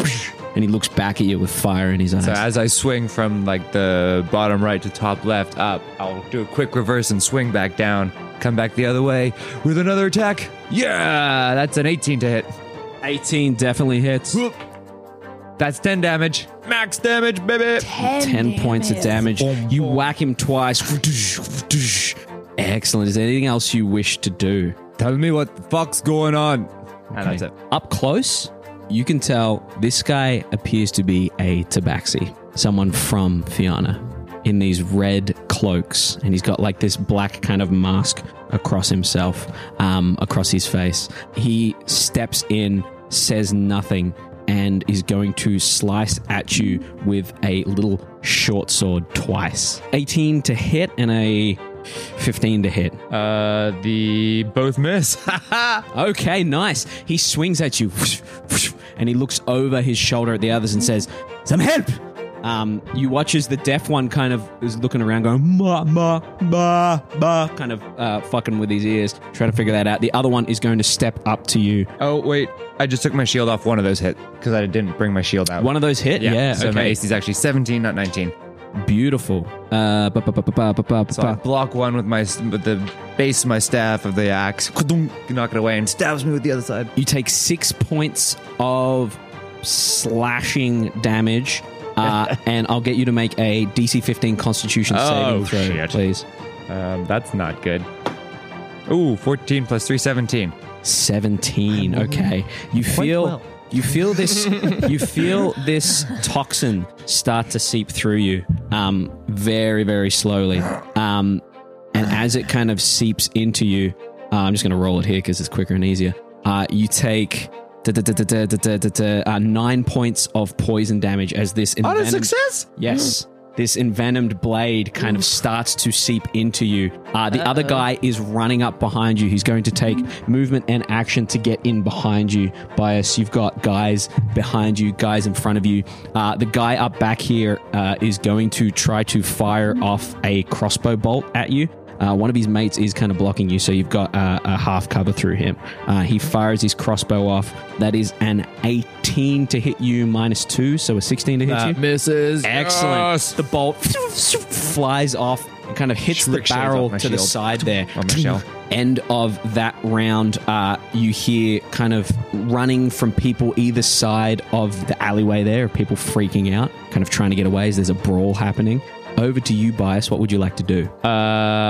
and he looks back at you with fire in his eyes.
So as I swing from like the bottom right to top left up, I'll do a quick reverse and swing back down. Come back the other way with another attack. Yeah, that's an 18 to hit.
18 definitely hits.
That's 10 damage. Max damage, baby.
10 points of damage. You whack him twice. Excellent. Is there anything else you wish to do?
Tell me what the fuck's going on.
Okay. Up close, you can tell this guy appears to be a tabaxi, someone from Fiana, in these red cloaks, and he's got like this black kind of mask across himself, um, across his face. He steps in, says nothing, and is going to slice at you with a little short sword twice. 18 to hit and a 15 to hit.
Uh, the both miss.
okay, nice. He swings at you, and he looks over his shoulder at the others and says, "Some help." Um, you watch as the deaf one kind of is looking around, going ma ma ma ma, kind of uh, fucking with his ears, trying to figure that out. The other one is going to step up to you.
Oh wait, I just took my shield off. One of those hit because I didn't bring my shield out.
One of those hit, yeah.
so my
okay.
AC is actually 17, not 19.
Beautiful. Uh, ba- ba- ba- ba- ba- ba- ba-
So I block one with my with the base of my staff of the axe, knock it away, and stabs me with the other side.
You take six points of slashing damage, uh, and I'll get you to make a DC 15 Constitution saving throw, please.
Um, that's not good. Ooh, 14 plus 3, 17.
17. Okay. You feel you feel this you feel this toxin start to seep through you um very very slowly. Um and as it kind of seeps into you, uh, I'm just going to roll it here cuz it's quicker and easier. Uh you take da- da- da- da- da- da- da- da- da, uh, 9 points of poison damage as this
On a
envenom-
success?
Yes. This envenomed blade kind of starts to seep into you. Uh, the other guy is running up behind you. He's going to take movement and action to get in behind you. Bias, you've got guys behind you, guys in front of you. Uh, the guy up back here uh, is going to try to fire off a crossbow bolt at you. Uh, one of his mates is kind of blocking you, so you've got uh, a half cover through him. Uh, he fires his crossbow off. That is an 18 to hit you, minus two, so a 16 to hit
Uh,
That
you.
misses.
Excellent.
Yes.
The bolt flies off, and kind of hits the
Ricochets off
barrel
my
to the
shield. Oh,
side there.
shell.
End of that round, uh, you hear kind of running from people either side of the alleyway there, people freaking out, kind of trying to get away as there's a brawl happening. Over to you, Bias. What would you like to do?
Ah,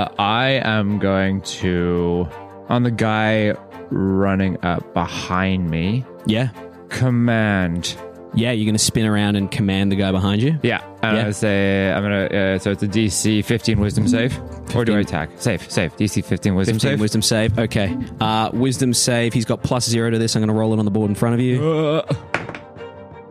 Uh, I am going to on the guy running up behind me.
Yeah.
Command.
Yeah, you're going to spin around and command the guy behind you.
Yeah, I'm
Yeah.
gonna say I'm gonna. Uh, so it's a DC 15 Wisdom save, or do I attack? Save, save. DC 15 Wisdom
15
save.
wisdom save. Okay. Uh, wisdom save. He's got plus zero to this. I'm going to roll it on the board in front of you.
Uh,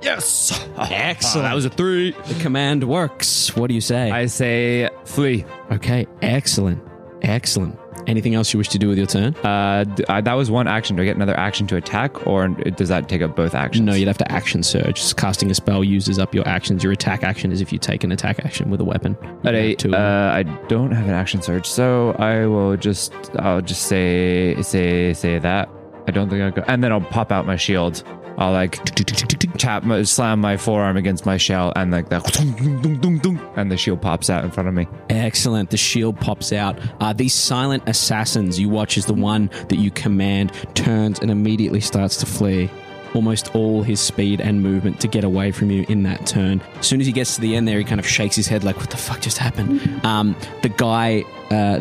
yes.
Excellent. That was a three. The command works. What do you say? I
say flee.
Okay. Excellent. Excellent. Anything else you wish to do with your turn?
Uh, d- uh, that was one action. Do I get another action to attack, or does that take up both actions?
No, you'd have to action surge. Just casting a spell uses up your actions. Your attack action is if you take an attack action with a weapon.
But I, uh, I don't have an action surge, so I will just I'll just say say say that. I don't think I go, and then I'll pop out my shield. I'll like tap, my, slam my forearm against my shell, and like that, and the shield pops out in front of me.
Excellent. The shield pops out. Uh, these silent assassins you watch as the one that you command turns and immediately starts to flee. Almost all his speed and movement to get away from you in that turn. As soon as he gets to the end there, he kind of shakes his head like, what the fuck just happened? Um, the guy uh,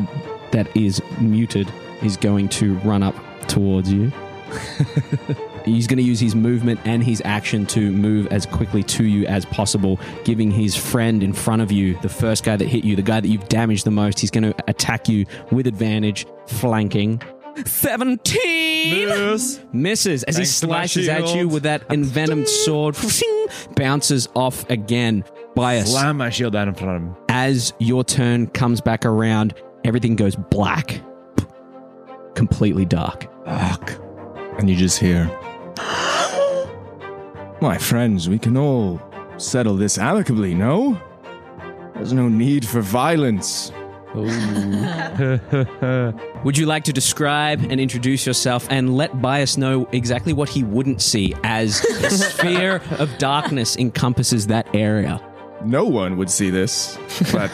that is muted is going to run up towards you. He's going to use his movement and his action to move as quickly to you as possible, giving his friend in front of you, the first guy that hit you, the guy that you've damaged the most, he's going to attack you with advantage, flanking. 17 misses as he
Thanks to my
slices at you
shield.
with that envenomed sword, bounces off again. Bias.
Slam my shield down in front of him.
As your turn comes back around, everything goes black, completely dark.
And you just hear, My friends, we can all settle this amicably, no? There's no need for violence.
Would you like to describe and introduce yourself and let Bias know exactly what he wouldn't see as the sphere of darkness encompasses that area?
No one would see this, but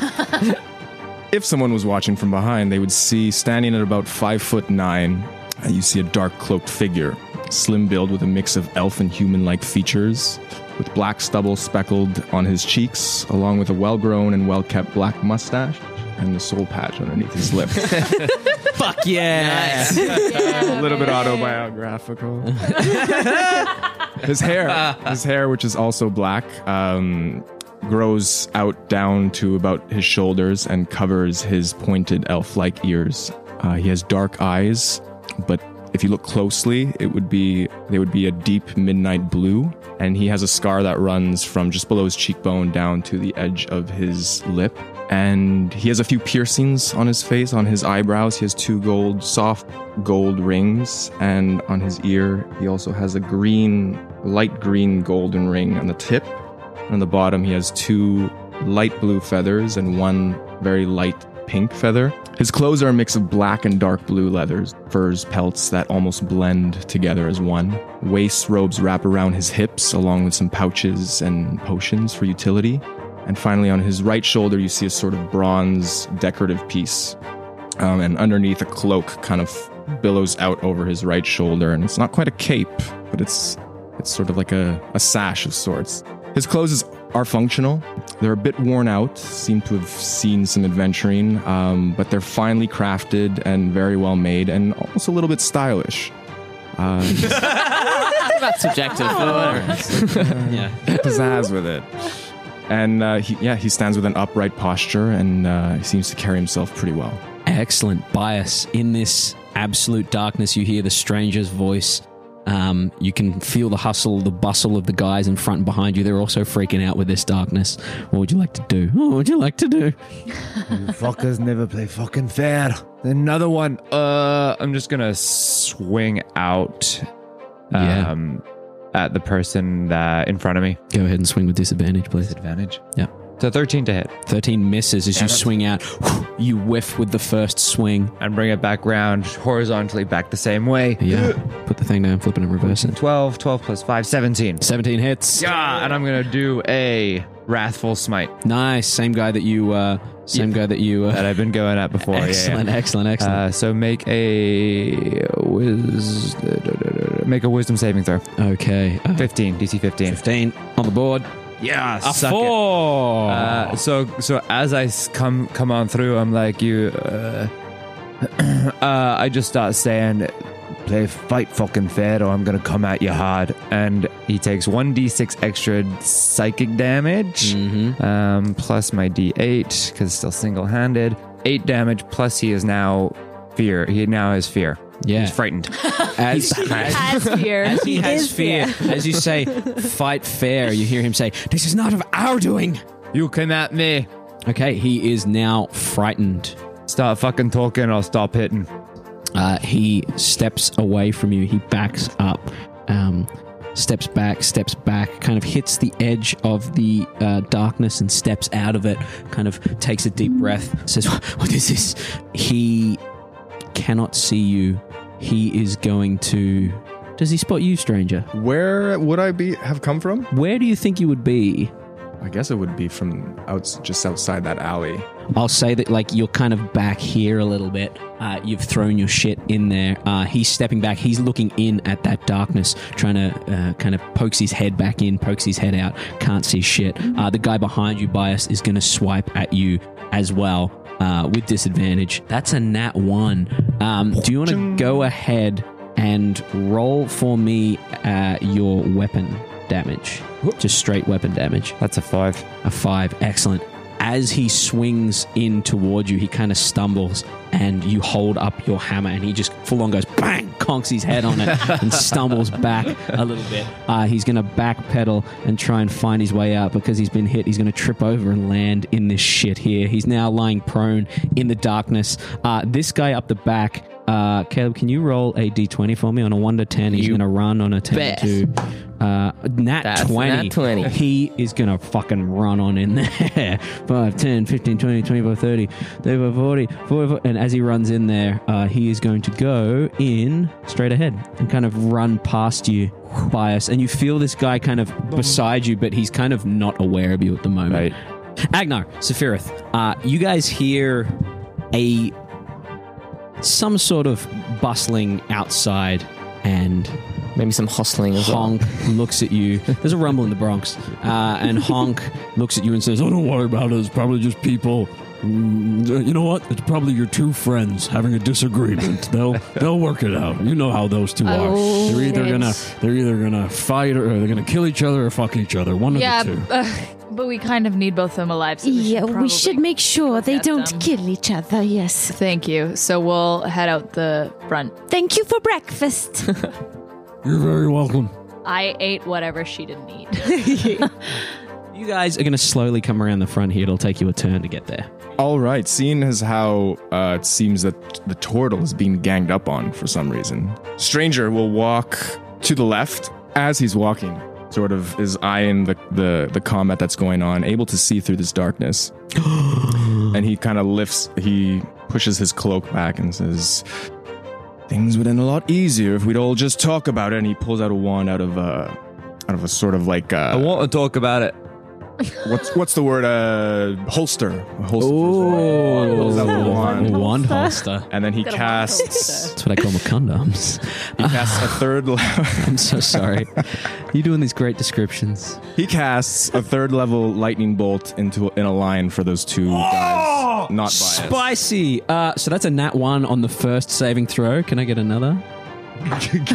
if someone was watching from behind, they would see standing at about five foot nine, uh, you see a dark cloaked figure, slim build with a mix of elf and human like features, with black stubble speckled on his cheeks, along with a well grown and well kept black mustache and the soul patch underneath his lip.
Fuck yeah.
a little bit autobiographical. his hair, his hair, which is also black, um, grows out down to about his shoulders and covers his pointed elf-like ears. Uh, he has dark eyes, but if you look closely, it would be they would be a deep midnight blue. And he has a scar that runs from just below his cheekbone down to the edge of his lip. And he has a few piercings on his face, on his eyebrows. He has two gold, soft gold rings, and on his ear, he also has a green, light green golden ring on the tip. And on the bottom, he has two light blue feathers and one very light pink feather. His clothes are a mix of black and dark blue leathers, furs, pelts that almost blend together as one. Waist robes wrap around his hips, along with some pouches and potions for utility. And finally, on his right shoulder, you see a sort of bronze decorative piece um, and underneath a cloak kind of billows out over his right shoulder and it's not quite a cape but it's it's sort of like a, a sash of sorts his clothes is, are functional they're a bit worn out seem to have seen some adventuring um, but they're finely crafted and very well made and almost a little bit stylish uh,
That's subjective. but whatever.
yeah. pizzazz with it. And uh, he, yeah, he stands with an upright posture and uh, he seems to carry himself pretty well.
Excellent bias. In this absolute darkness, you hear the stranger's voice Um, you can feel the hustle, the bustle of the guys in front and behind you. They're also freaking out with this darkness. What would you like to do? What would you like to do?
You fuckers never play fucking fair. Another one.
Uh, I'm just gonna swing out. Um, At the person that in front of me.
Go ahead and swing with disadvantage, please.
Disadvantage.
Yeah.
So 13 to hit.
13 misses as you swing out. You whiff with the first swing.
And bring it back round horizontally back the same way.
Yeah. Put the thing down, flip it and reverse it.
12, 12 plus 5, 17.
17 hits.
Yeah, and I'm going to do a Wrathful Smite.
Nice. Same guy that you, uh, same guy that you, uh,
that I've been going at before. yeah,
Excellent,
yeah.
excellent, excellent.
Uh, so make a whiz, make a wisdom saving throw.
Okay.
15, DC 15.
15 on the board.
Yeah,
A
suck it.
four.
Uh, so so as I s- come come on through, I'm like you. Uh, uh, I just start saying, "Play fight fucking fair, or I'm gonna come at you hard." And he takes one d6 extra psychic damage,
Mm-hmm. Mm.
um, plus my d8 because still single handed. Eight damage plus he is now fear. He now has fear.
Yeah.
he's frightened.
As,
has fear.
as he has
is
fear, as you say, fight fair, you hear him say, This is not of our doing.
You came at me.
Okay, he is now frightened.
Start fucking talking, I'll stop hitting.
Uh, he steps away from you. He backs up, um, steps back, steps back, kind of hits the edge of the uh, darkness and steps out of it, kind of takes a deep breath, says, "What- What is this? He cannot see you. He is going to. Does he spot you, stranger?
Where would I be? Have come from?
Where do you think you would be?
I guess it would be from out just outside that alley.
I'll say that like you're kind of back here a little bit. Uh, you've thrown your shit in there. Uh, he's stepping back. He's looking in at that darkness, trying to uh, kind of pokes his head back in, pokes his head out. Can't see shit. Uh, the guy behind you, Bias, is going to swipe at you as well uh, with disadvantage. That's a nat one. Um, do you want to go ahead and roll for me uh, your weapon damage? Just straight weapon damage.
That's a five.
A five. Excellent. As he swings in toward you, he kind of stumbles and you hold up your hammer and he just full on goes bang, conks his head on it and stumbles back a little bit. Uh, he's going to backpedal and try and find his way out because he's been hit. He's going to trip over and land in this shit here. He's now lying prone in the darkness. Uh, this guy up the back. Uh, Caleb, can you roll a d20 for me on a 1 to 10? He's
You
going to run on a 10
bet.
to uh, nat
That's a
20.
nat 20.
He is going to fucking run on in there. 5, 10, 15, 20, 25, 30, 35, 40, 45. And as he runs in there, uh, he is going to go in straight ahead and kind of run past you, Bias. And you feel this guy kind of beside you, but he's kind of not aware of you at the moment. Agnar, Sephiroth, uh, you guys hear a some sort of bustling outside and
maybe some hustling as well.
honk looks at you there's a rumble in the bronx uh, and honk looks at you and says
Oh,
oh no
don't worry about it. It's probably just people. Mm, You know what? It's probably your two friends having a disagreement. They'll they'll work it out. You know how those two are.
Oh,
they're either
shit.
gonna they're either gonna fight or they're gonna kill each other or fuck each other. One
yeah,
of the two.
uh, but we kind of need both of them alive. So we
yeah,
should
we should make sure they
at
don't
them.
kill each other. Yes.
Thank you. So we'll head out the front.
Thank you for breakfast.
You're very welcome.
I ate whatever she didn't eat.
you guys are going to slowly come around the front here it'll take you a turn to get there
All right, seeing as how uh, it seems that the turtle is being ganged up on for some reason, Stranger will walk to the left as he's walking, sort of is eyeing the, the, the combat that's going on, able to see through this darkness. and he kind of lifts, he pushes his cloak back and says, Things would end a lot easier if we'd all just talk about it. And he pulls out a wand out of a, out of a sort of like
I
uh
want to talk about it.
what's what's the word? Uh, holster. A holster.
Oh,
Pulls out the wand.
one holster.
And then he
Got a
casts.
That's what I call my condoms.
He casts a third. Le-
I'm so sorry. You're doing these great descriptions.
he casts a third level lightning bolt into in a line for those two guys. Not biased.
Spicy. Uh, so that's a nat one on the first saving throw. Can I get another?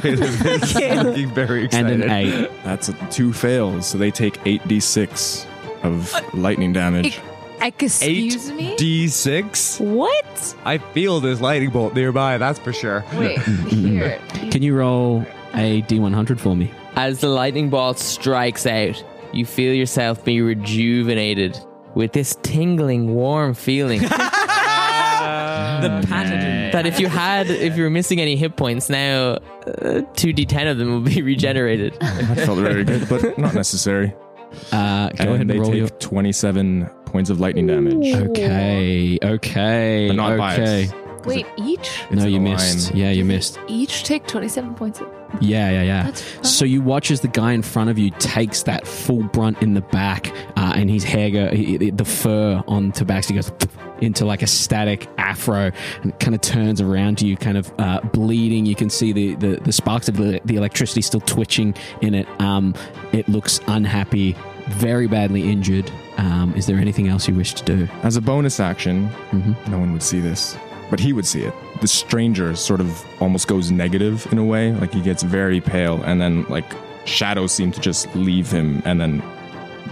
Getting very excited.
And an eight.
That's a, two fails, so they take eight d six of
Uh,
lightning damage.
Excuse me?
D6?
What?
I feel this lightning bolt nearby, that's for sure.
Wait, here.
Can you roll a D100 for me.
As the lightning bolt strikes out, you feel yourself be rejuvenated with this tingling, warm feeling.
Ah,
the pathogen.
that if you had, if you were missing any hit points, now uh, two d10 of them will be regenerated.
That felt very good, but not necessary.
Uh,
go
ahead and
they
roll
take
your-
27 points of lightning damage.
Okay, okay,
But not
okay.
biased.
Wait, each?
No,
in
you
a
missed.
line.
Yeah, you missed.
Each take 27 points. of-
Yeah, yeah, yeah.
That's fine.
So you watch as the guy in front of you takes that full brunt in the back, uh, and his hair, go, he, he- the fur on Tabaxi goes into like a static afro, and it kind of turns around to you, kind of uh, bleeding. You can see the, the, the sparks of the, the electricity still twitching in it. Um, it looks unhappy, very badly injured. Um, is there anything else you wish to do? Mm-hmm.
As a bonus action, no one would see this, but he would see it. The stranger sort of almost goes negative in a way. Like he gets very pale, and then like shadows seem to just leave him and then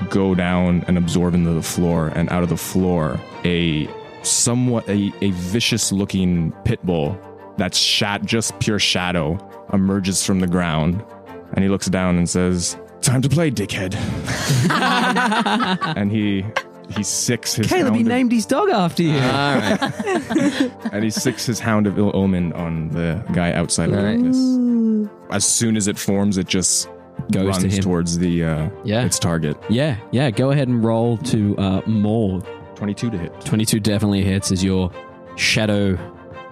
go down and absorb into the floor. And out of the floor, a somewhat a, a vicious looking pit bull that's shat just pure shadow emerges from the ground and he looks down and says time to play dickhead and he he sicks his
Caleb, he
hound of-
named his dog after you.
and he sticks his hound of ill omen on the guy outside of
Alright.
this. As soon as it forms, it just
Goes to
runs
him.
towards the uh,
Yeah.
its target.
Yeah, yeah. Go ahead and roll to uh, more.
22 to hit.
22 definitely hits as your shadow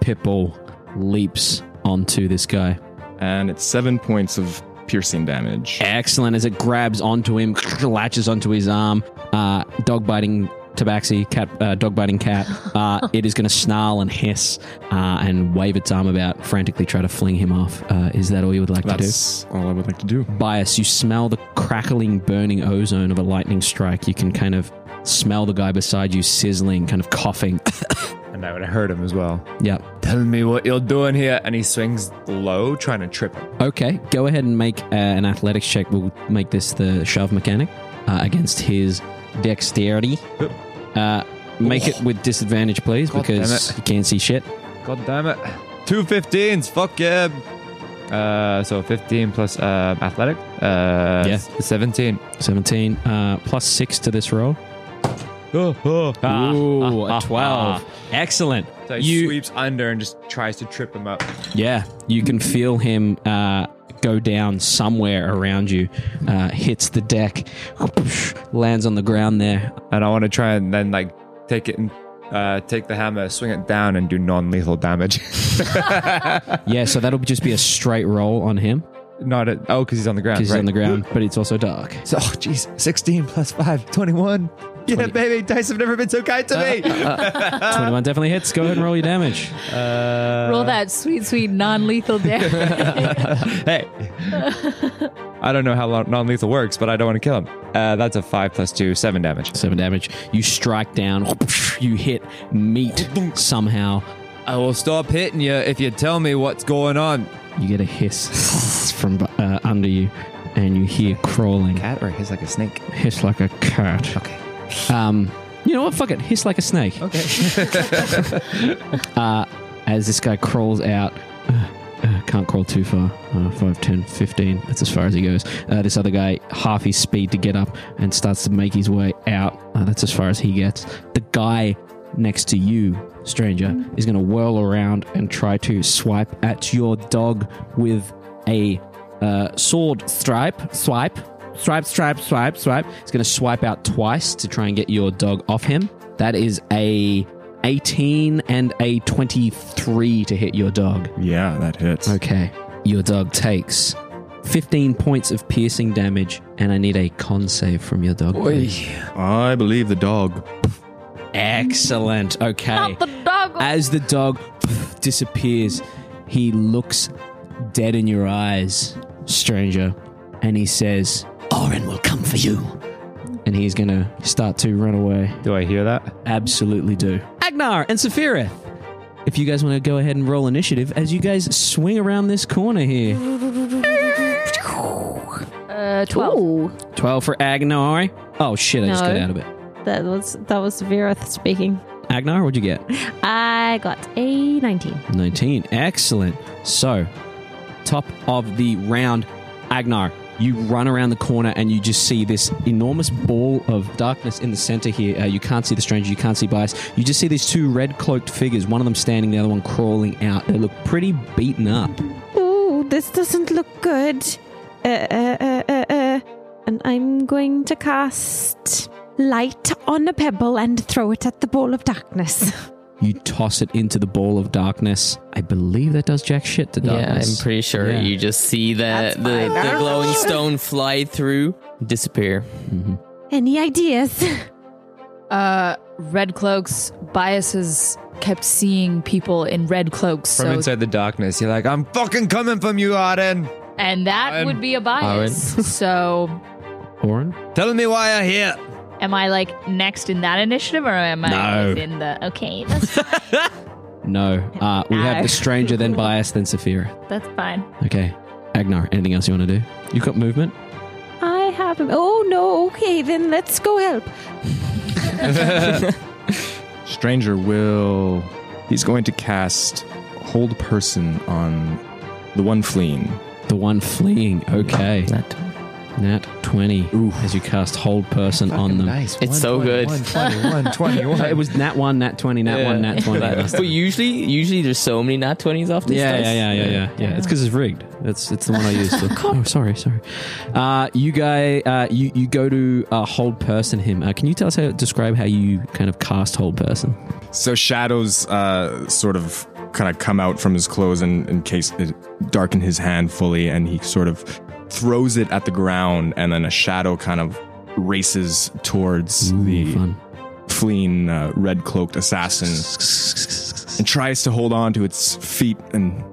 pitbull leaps onto this guy.
And it's seven points of piercing damage.
Excellent. As it grabs onto him, latches onto his arm, uh, dog biting tabaxi, cat, uh, dog biting cat. Uh, it is going to snarl and hiss uh, and wave its arm about, frantically try to fling him off. Uh, is that all you would like to do?
That's all I would like to do.
bias, you smell the crackling, burning ozone of a lightning strike. You can kind of smell the guy beside you sizzling, kind of coughing.
And I would have heard him as well.
yeah.
Tell me what you're doing here. And he swings low, trying to trip him.
Okay, go ahead and make uh, an athletics check. We'll make this the shove mechanic uh, against his dexterity. Uh, make it with disadvantage, please,
God
because
damn
you can't see shit.
God damn it. Two 15s. Fuck yeah. Uh, so 15 plus uh, athletic. Uh,
Yeah.
17.
17 uh, plus 6 to this roll. Ah, Ooh, a 12. Excellent.
So he sweeps under and just tries to trip him up.
Yeah, you can feel him uh, go down somewhere around you, uh, hits the deck, lands on the ground there.
And I want to try and then like take it and uh, take the hammer, swing it down, and do non-lethal damage.
Yeah, so that'll just be a straight roll on him
Not at, oh, because he's on the ground.
because he's
right.
on the ground, but it's also dark.
So, oh, geez, 16 plus 5, 21. Yeah, baby, dice have never been so kind to me.
21 definitely hits. Go ahead and roll your damage.
Roll that sweet, sweet non lethal damage.
hey, uh, I don't know how lo- non-lethal works, but I don't want to kill him. Uh, that's a 5 plus 2, 7 damage.
7 damage. You strike down, you hit meat somehow.
I will stop hitting you if you tell me what's going on.
You get a hiss from uh, under you, and you hear crawling.
Cat or hiss like a snake?
Hiss like a cat. Okay. Um, you know what? Fuck it. Hiss like a snake.
Okay.
uh, as this guy crawls out. Uh, uh, can't crawl too far. Uh, 5, 10, 15. That's as far as he goes. Uh, this other guy, half his speed to get up and starts to make his way out. Uh, that's as far as he gets. The guy next to you, stranger, is going to whirl around and try to swipe at your dog with a uh, sword stripe. Swipe. Swipe, swipe, swipe, swipe. He's going to swipe out twice to try and get your dog off him. That is a 18 and a 23 to hit your dog.
Yeah, that hits.
Okay. Your dog takes 15 points of piercing damage, and I need a con save from your dog. please.
I believe the dog.
Excellent. Okay. As the dog disappears, he looks dead in your eyes, stranger, and he says, Oren will come for you. And he's going to start to run away.
Do I hear that?
Absolutely do. Agnar and Sephiroth, if you guys want to go ahead and roll initiative as you guys swing around this corner here.
Uh, 12.
12 for Agnar. Oh, shit, I just
No.
got out of it.
That was that was Virith speaking.
Agnar, what'd you get?
I got a 19.
19. Excellent. So, top of the round, Agnar, you run around the corner and you just see this enormous ball of darkness in the center here. Uh, you can't see the stranger, you can't see Bias. You just see these two red cloaked figures, one of them standing, the other one crawling out. They look pretty beaten up.
Ooh, this doesn't look good. Uh, uh, uh, uh, uh. And I'm going to cast light on a pebble and throw it at the ball of darkness.
You toss it into the ball of darkness. I believe that does jack shit to
Yeah,
darkness.
I'm pretty sure
Yeah.
you just see the the, the glowing stone fly through, disappear.
Any ideas?
Uh, red cloaks. Biases kept seeing people in red cloaks.
From
so
inside the darkness, you're like, I'm fucking coming from you, Arden.
and that
Owen.
would be a bias. so,
Orin?
Tell me why you're here.
Am I like next in that initiative, or am I
No.
within the? Okay, that's
No. Uh, we have
Ah.
No.
the stranger, then Bias, then Saphira.
that's fine.
Okay. Agnar, anything else you want to do? You got movement?
I have. Oh no. Okay, then let's go help.
Stranger will. He's going to cast Hold Person on the one fleeing.
The one fleeing. Okay. Nat, Nat 20 as you cast Hold Person on them.
nice. It's One so 20, good. one 20, one 20, one.
it was Nat 1, Nat 20, Nat 1, Nat 20.
but usually, usually there's so many nat twenties off this
Yeah,
dice.
yeah, yeah, yeah, yeah, yeah. It's because it's rigged. That's it's the one I used. oh, sorry, sorry. Uh, you guy, uh, you you go to uh, hold person him. Uh, can you tell us how describe how you kind of cast hold person?
So shadows uh, sort of kind of come out from his clothes and, and case it darken his hand fully, and he sort of throws it at the ground, and then a shadow kind of races towards the fleeing uh, red cloaked assassin and tries to hold on to its feet and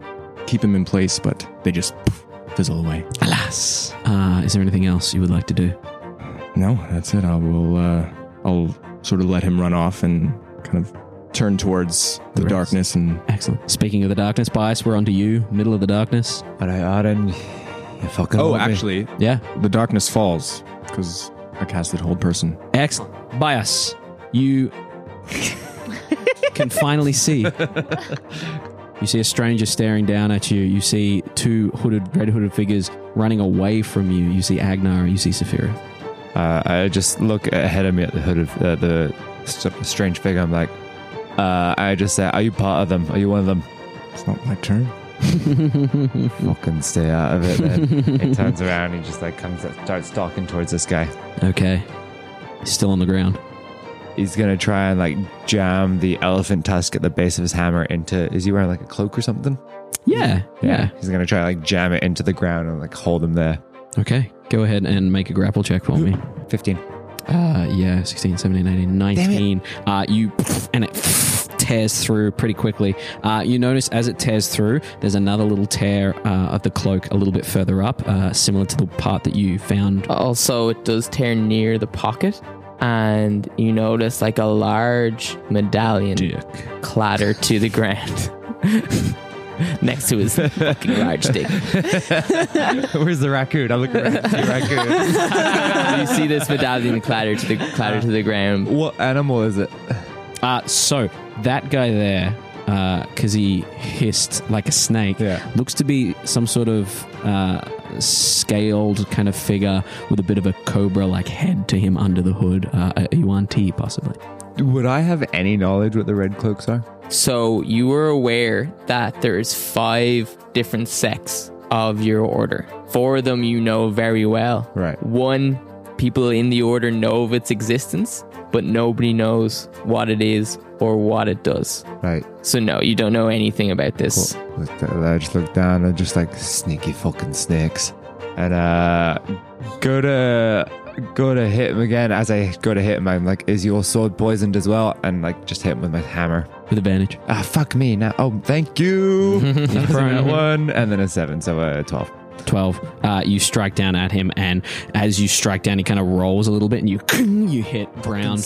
keep him in place, but they just poof, fizzle away.
Alas. Uh, is there anything else you would like to do?
No, that's it. I will. Uh, I'll sort of let him run off and kind of turn towards the, darkness and
Excellent. Speaking of the darkness, bias, we're onto you. Middle of the darkness.
All right, Arden. You fucking
Oh,
love me.
actually,
yeah.
The darkness falls because I casted hold person.
Excellent. Bias, you can finally see. You see a stranger staring down at you. You see two hooded, red hooded figures running away from you. You see Agnar. You see Saphira.
Uh, I just look ahead of me at the hood of uh, the st- strange figure. I'm like, uh, I just say, "Are you part of them? Are you one of them?"
It's not my turn.
Fucking stay out of it. Then he turns around. He just like comes, up- starts stalking towards this guy.
Okay, he's still on the ground.
He's gonna try and like jam the elephant tusk at the base of his hammer into. Is he wearing like a cloak or something?
Yeah, yeah.
He's gonna try like jam it into the ground and like hold him there.
Okay, go ahead and make a grapple check for me.
15.
Uh, yeah, 16, 17, 18, 19. Uh, you, and it tears through pretty quickly. Uh, you notice as it tears through, there's another little tear uh, of the cloak a little bit further up, uh, similar to the part that you found.
Also, it does tear near the pocket, and you notice like a large medallion clatter to the ground next to his fucking large dick.
Where's the raccoon? I'm looking around to see raccoon.
you see this medallion clatter to the clatter to the ground.
What animal is it?
Uh, so that guy there, because he hissed like a snake, looks to be some sort of uh, scaled kind of figure with a bit of a cobra like head to him under the hood. Uh, a Yuan T, possibly.
Would I have any knowledge what the red cloaks are?
So you were aware that there's five different sects of your order. Four of them you know very well.
Right.
One, people in the order know of its existence, but nobody knows what it is or what it does.
Right.
So no, you don't know anything about this.
Looked at- I just look down and just like sneaky fucking snakes, and uh, go to go to hit him again. As I go to hit him, I'm like, "Is your sword poisoned as well?" And like just hit him with my hammer
with advantage.
Ah, fuck me now. Oh, thank you. That was a one and then a seven, so a twelve.
12 uh, you strike down at him and as you strike down he kind of rolls a little bit and you you hit brown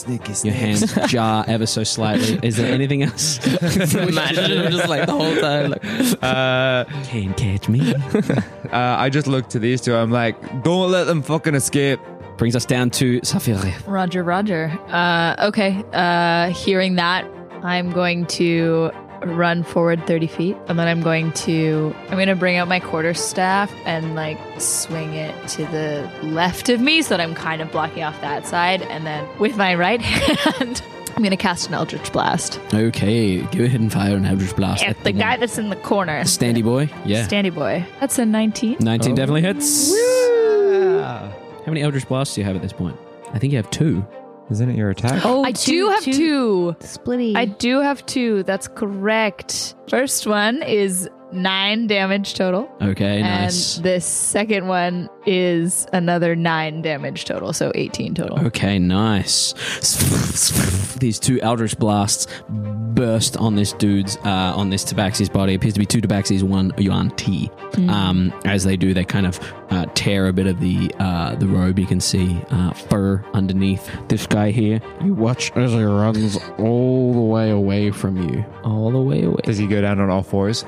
your hands jar ever so slightly is there anything else
Imagine him just like the whole time. Like,
Uh,
Can't catch me.
uh, I just look to these two. I'm like, don't let them fucking escape.
Brings us down to Safir.
Roger, Roger. Uh, okay. Uh, hearing that, I'm going to run forward 30 feet and then i'm going to i'm going to bring out my quarter staff and like swing it to the left of me so that i'm kind of blocking off that side and then with my right hand i'm going to cast an eldritch blast
Okay, give a hidden fire and Eldritch Blast.
at the guy that's in the corner
Standy boy? Yeah.
standy boy that's a 19
19 definitely hits. How many Eldritch Blasts do you have at this point? I think you have two.
Isn't it your attack?
Oh, I do have two.
Splitty.
I do have two. That's correct. First one is nine damage total.
Okay,
and
nice.
the second one is another nine damage total, so 18 total.
Okay, nice. These two Eldritch blasts burst on this dude's, uh, on this Tabaxi's body. appears to be two Tabaxis, one Yuan Ti.
Mm.
Um, as they do, they kind of uh, tear a bit of the uh, the robe. You can see uh, fur underneath this guy here.
You watch as he runs all the way away from you.
All the way away.
Does he go down on all fours?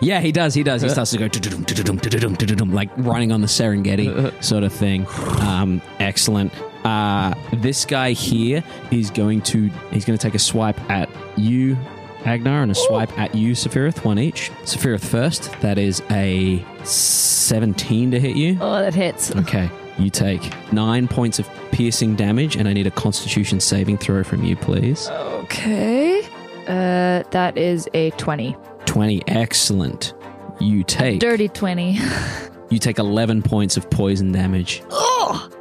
Yeah, he does. He does. He starts to go "Tududum, tududum, tududum, tududum," like running on the Serengeti sort of thing. Um, excellent. Uh, this guy here is going to he's going to take a swipe at you, Agnar, and a swipe at you, Sephiroth. One each. Sephiroth first. That is a seventeen to hit you.
Oh, that hits.
Okay, you take nine points of piercing damage, and I need a Constitution saving throw from you, please.
Okay. Uh, that is a 20.
20 excellent you take
Dirty 20.
you take 11 points of poison damage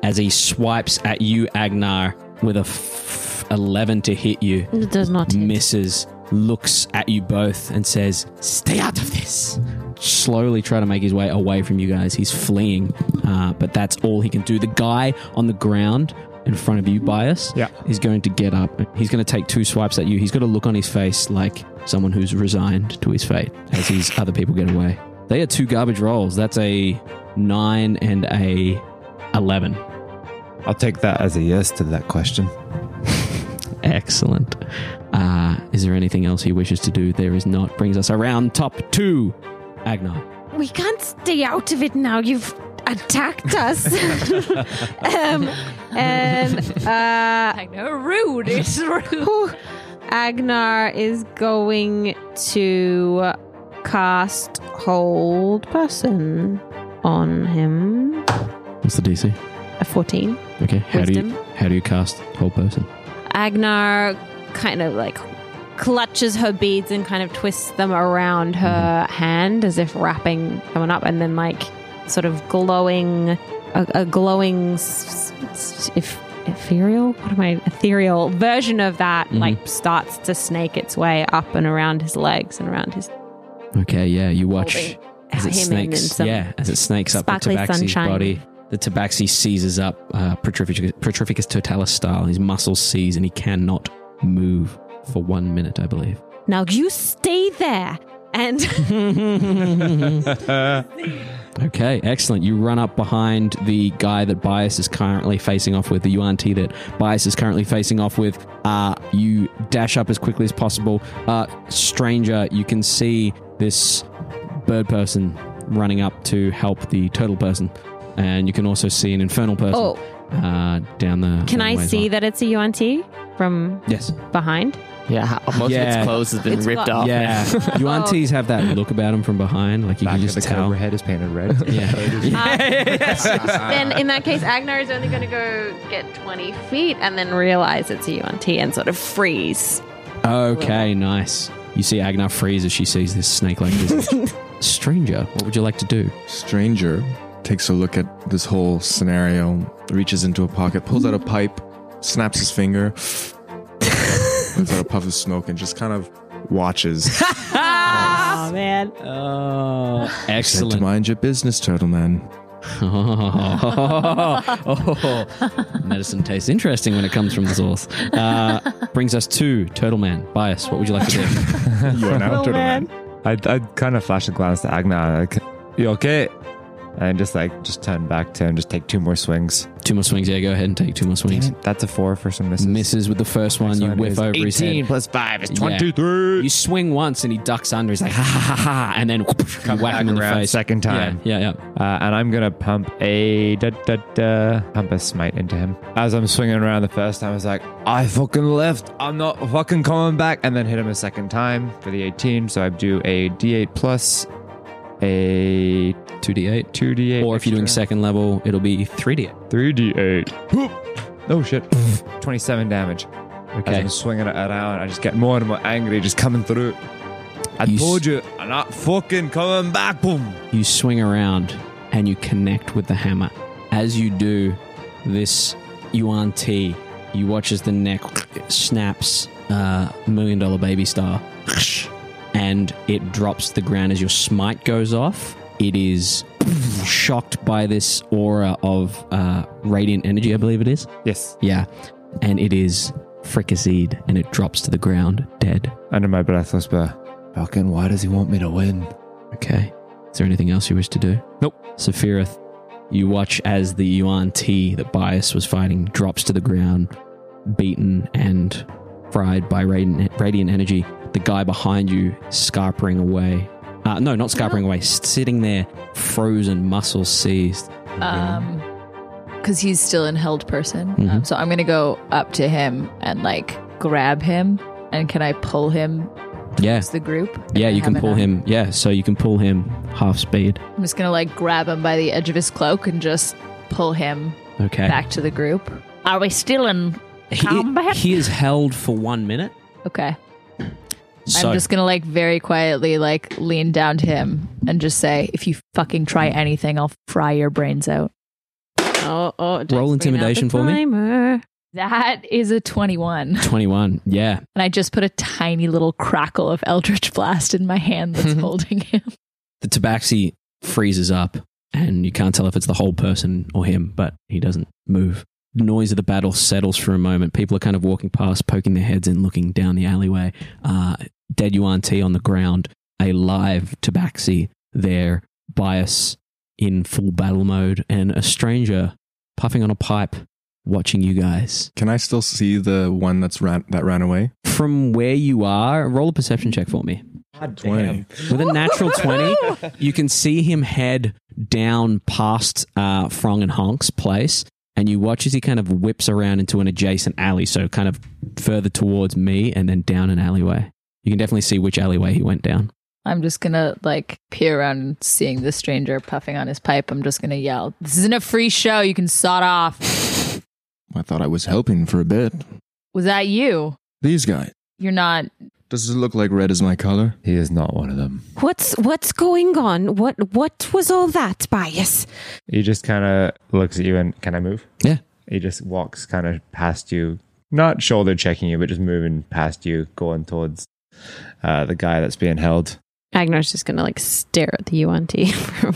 as he swipes at you agnar with a f- 11 to hit you
It does not
misses looks at you both and says stay out of this slowly try to make his way away from you guys he's fleeing uh, but that's all he can do the guy on the ground in front of you bias yeah. is going to get up he's going to take two swipes at you he's got a look on his face like someone who's resigned to his fate as these other people get away they are two garbage rolls that's a 9 and a 11
I'll take that as a yes to that question.
Excellent. Uh, is there anything else he wishes to do? There is not. Brings us around top two. Agnar.
We can't stay out of it now. You've attacked us. um,
and uh, Agnar, rude. It's rude. Agnar is going to cast hold person on him.
What's the DC?
A fourteen.
Okay. How do
Wisdom.
you how do you cast whole person?
Agnar kind of like clutches her beads and kind of twists them around her hand as if wrapping them up and then like sort of glowing a, a glowing s- s- if ethereal what am i ethereal version of that
Mhm.
like starts to snake its way up and around his legs and around his
Okay. Yeah. You watch
Holding
as it
him in and
snakes.
some
Yeah. As it snakes up the
sparkly
Tabaxi's
sunshine.
body. The Tabaxi seizes up uh, Petrificus, Petrificus totalis style. His muscles seize and he cannot move for one minute, I believe.
now you stay there and
Okay, excellent. You run up behind the guy that Bias is currently facing off with, the UNT that Bias is currently facing off with. Uh, you dash up as quickly as possible. Uh, stranger, you can see this bird person running up to help the turtle person. And you can also see an infernal person
Oh.
uh, down the.
can i
ways
see
on.
that it's a unt from
Yes.
behind
Yeah, most of
Yeah.
its clothes has been
It's
ripped
got-
off.
Yeah, UNTs have that look about them from behind. Like you can just
the
tell.
cobra head is painted red.
yeah.
then in that case, Agnar is only going to go get 20 feet and then realize it's a UNT and sort of freeze.
Okay, nice. You see Agnar freeze as she sees this snake like this. Stranger, what would you like to do?
Stranger takes a look at this whole scenario, reaches into a pocket, pulls out a pipe, snaps his finger, lets out a puff of smoke, and just kind of watches.
Ah, man.
Oh,
Said to
excellent.
mind your business, turtle man.
Oh, medicine tastes interesting when it comes from the source. Uh, brings us to Turtle Man. Bias, what would you like to do?
you are
I I kind of flash a glance to Agna. Like, you okay? and just like just turn back to and just take two more swings.
Two more swings. Yeah, go ahead and take two more swings.
That's a four for some misses.
Misses with the first one.
So
you
it
whiff
is
over his head.
18 plus five is
Yeah.
23.
You swing once and he ducks under. He's like ha ha ha ha, and then you whack him in the
around
face.
second time.
Yeah, yeah.
Uh, and I'm gonna pump a da, da, da, pump a smite into him. As I'm swinging around the first time, I was like, I fucking left. I'm not fucking coming back. And then hit him a second time for the 18. So I do a D8 plus a
two D8,
two D8.
Or if you're doing second level, it'll be three D8.
Three D8. Oh shit. 27 damage. As
Okay.
I'm swinging it around, I just get more and more angry, just coming through. I
You s-
told you, I'm not fucking coming back. Boom.
You swing around and you connect with the hammer. As you do, this Yuan T, you watch as the neck snaps uh, million dollar baby star and it drops to the ground as your smite goes off. It is shocked by this aura of uh, radiant energy, I believe it is.
Yes.
Yeah. And it is fricasseed and it drops to the ground dead.
Under my breath, I whisper, Falcon, why does he want me to win?
Okay. Is there anything else you wish to do? Nope. Sephiroth, you watch as the Yuan T that Bias was fighting drops to the ground, beaten and fried by radiant, radiant energy. The guy behind you scarpering away. Uh, no, not scarpering away. s- Sitting there, frozen, muscles seized.
Um, because he's still in held person.
Mhm.
Um, so I'm gonna go up to him and like grab him. And can I pull him
Yeah.
to the group? and
Yeah, you
have
can
an
pull
arm?
him. Yeah, so you can pull him half speed.
I'm just gonna like grab him by the edge of his cloak and just pull him
Okay.
back to the group. Are we still in
He, he is held for one minute.
Okay.
So,
I'm just gonna like very quietly like lean down to him and just say, if you fucking try anything, I'll fry your brains out.
Oh, oh, just bringing
Roll
out the
intimidation for me.
timer.
That is a 21.
21. Yeah.
And I just put a tiny little crackle of Eldritch Blast in my hand that's holding him.
the tabaxi freezes up and you can't tell if it's the whole person or him, but he doesn't move. The noise of the battle settles for a moment. People are kind of walking past, poking their heads in, looking down the alleyway. Uh, dead Yuan T on the ground, a live tabaxi there, bias in full battle mode, and a stranger puffing on a pipe watching you guys.
Can I still see the one that's ran that ran away?
From where you are, roll a perception check for me.
Twenty.
With a natural 20, you can see him head down past uh, Frong and Honk's place. And you watch as he kind of whips around into an adjacent alley. So kind of further towards me and then down an alleyway. You can definitely see which alleyway he went down.
I'm just gonna like peer around and seeing this stranger puffing on his pipe. I'm just gonna yell, This isn't a free show. You can sod off.
I thought I was helping for a bit.
Was that you?
These guys.
You're not.
Does it look like red is my color?
He is not one of them.
What's what's going on? What what was all that, Bias?
He just kind of looks at you and can I move?
Yeah.
He just walks kind of past you, not shoulder checking you, but just moving past you, going towards uh, the guy that's being held.
Agnar's just gonna like stare at the UNT for,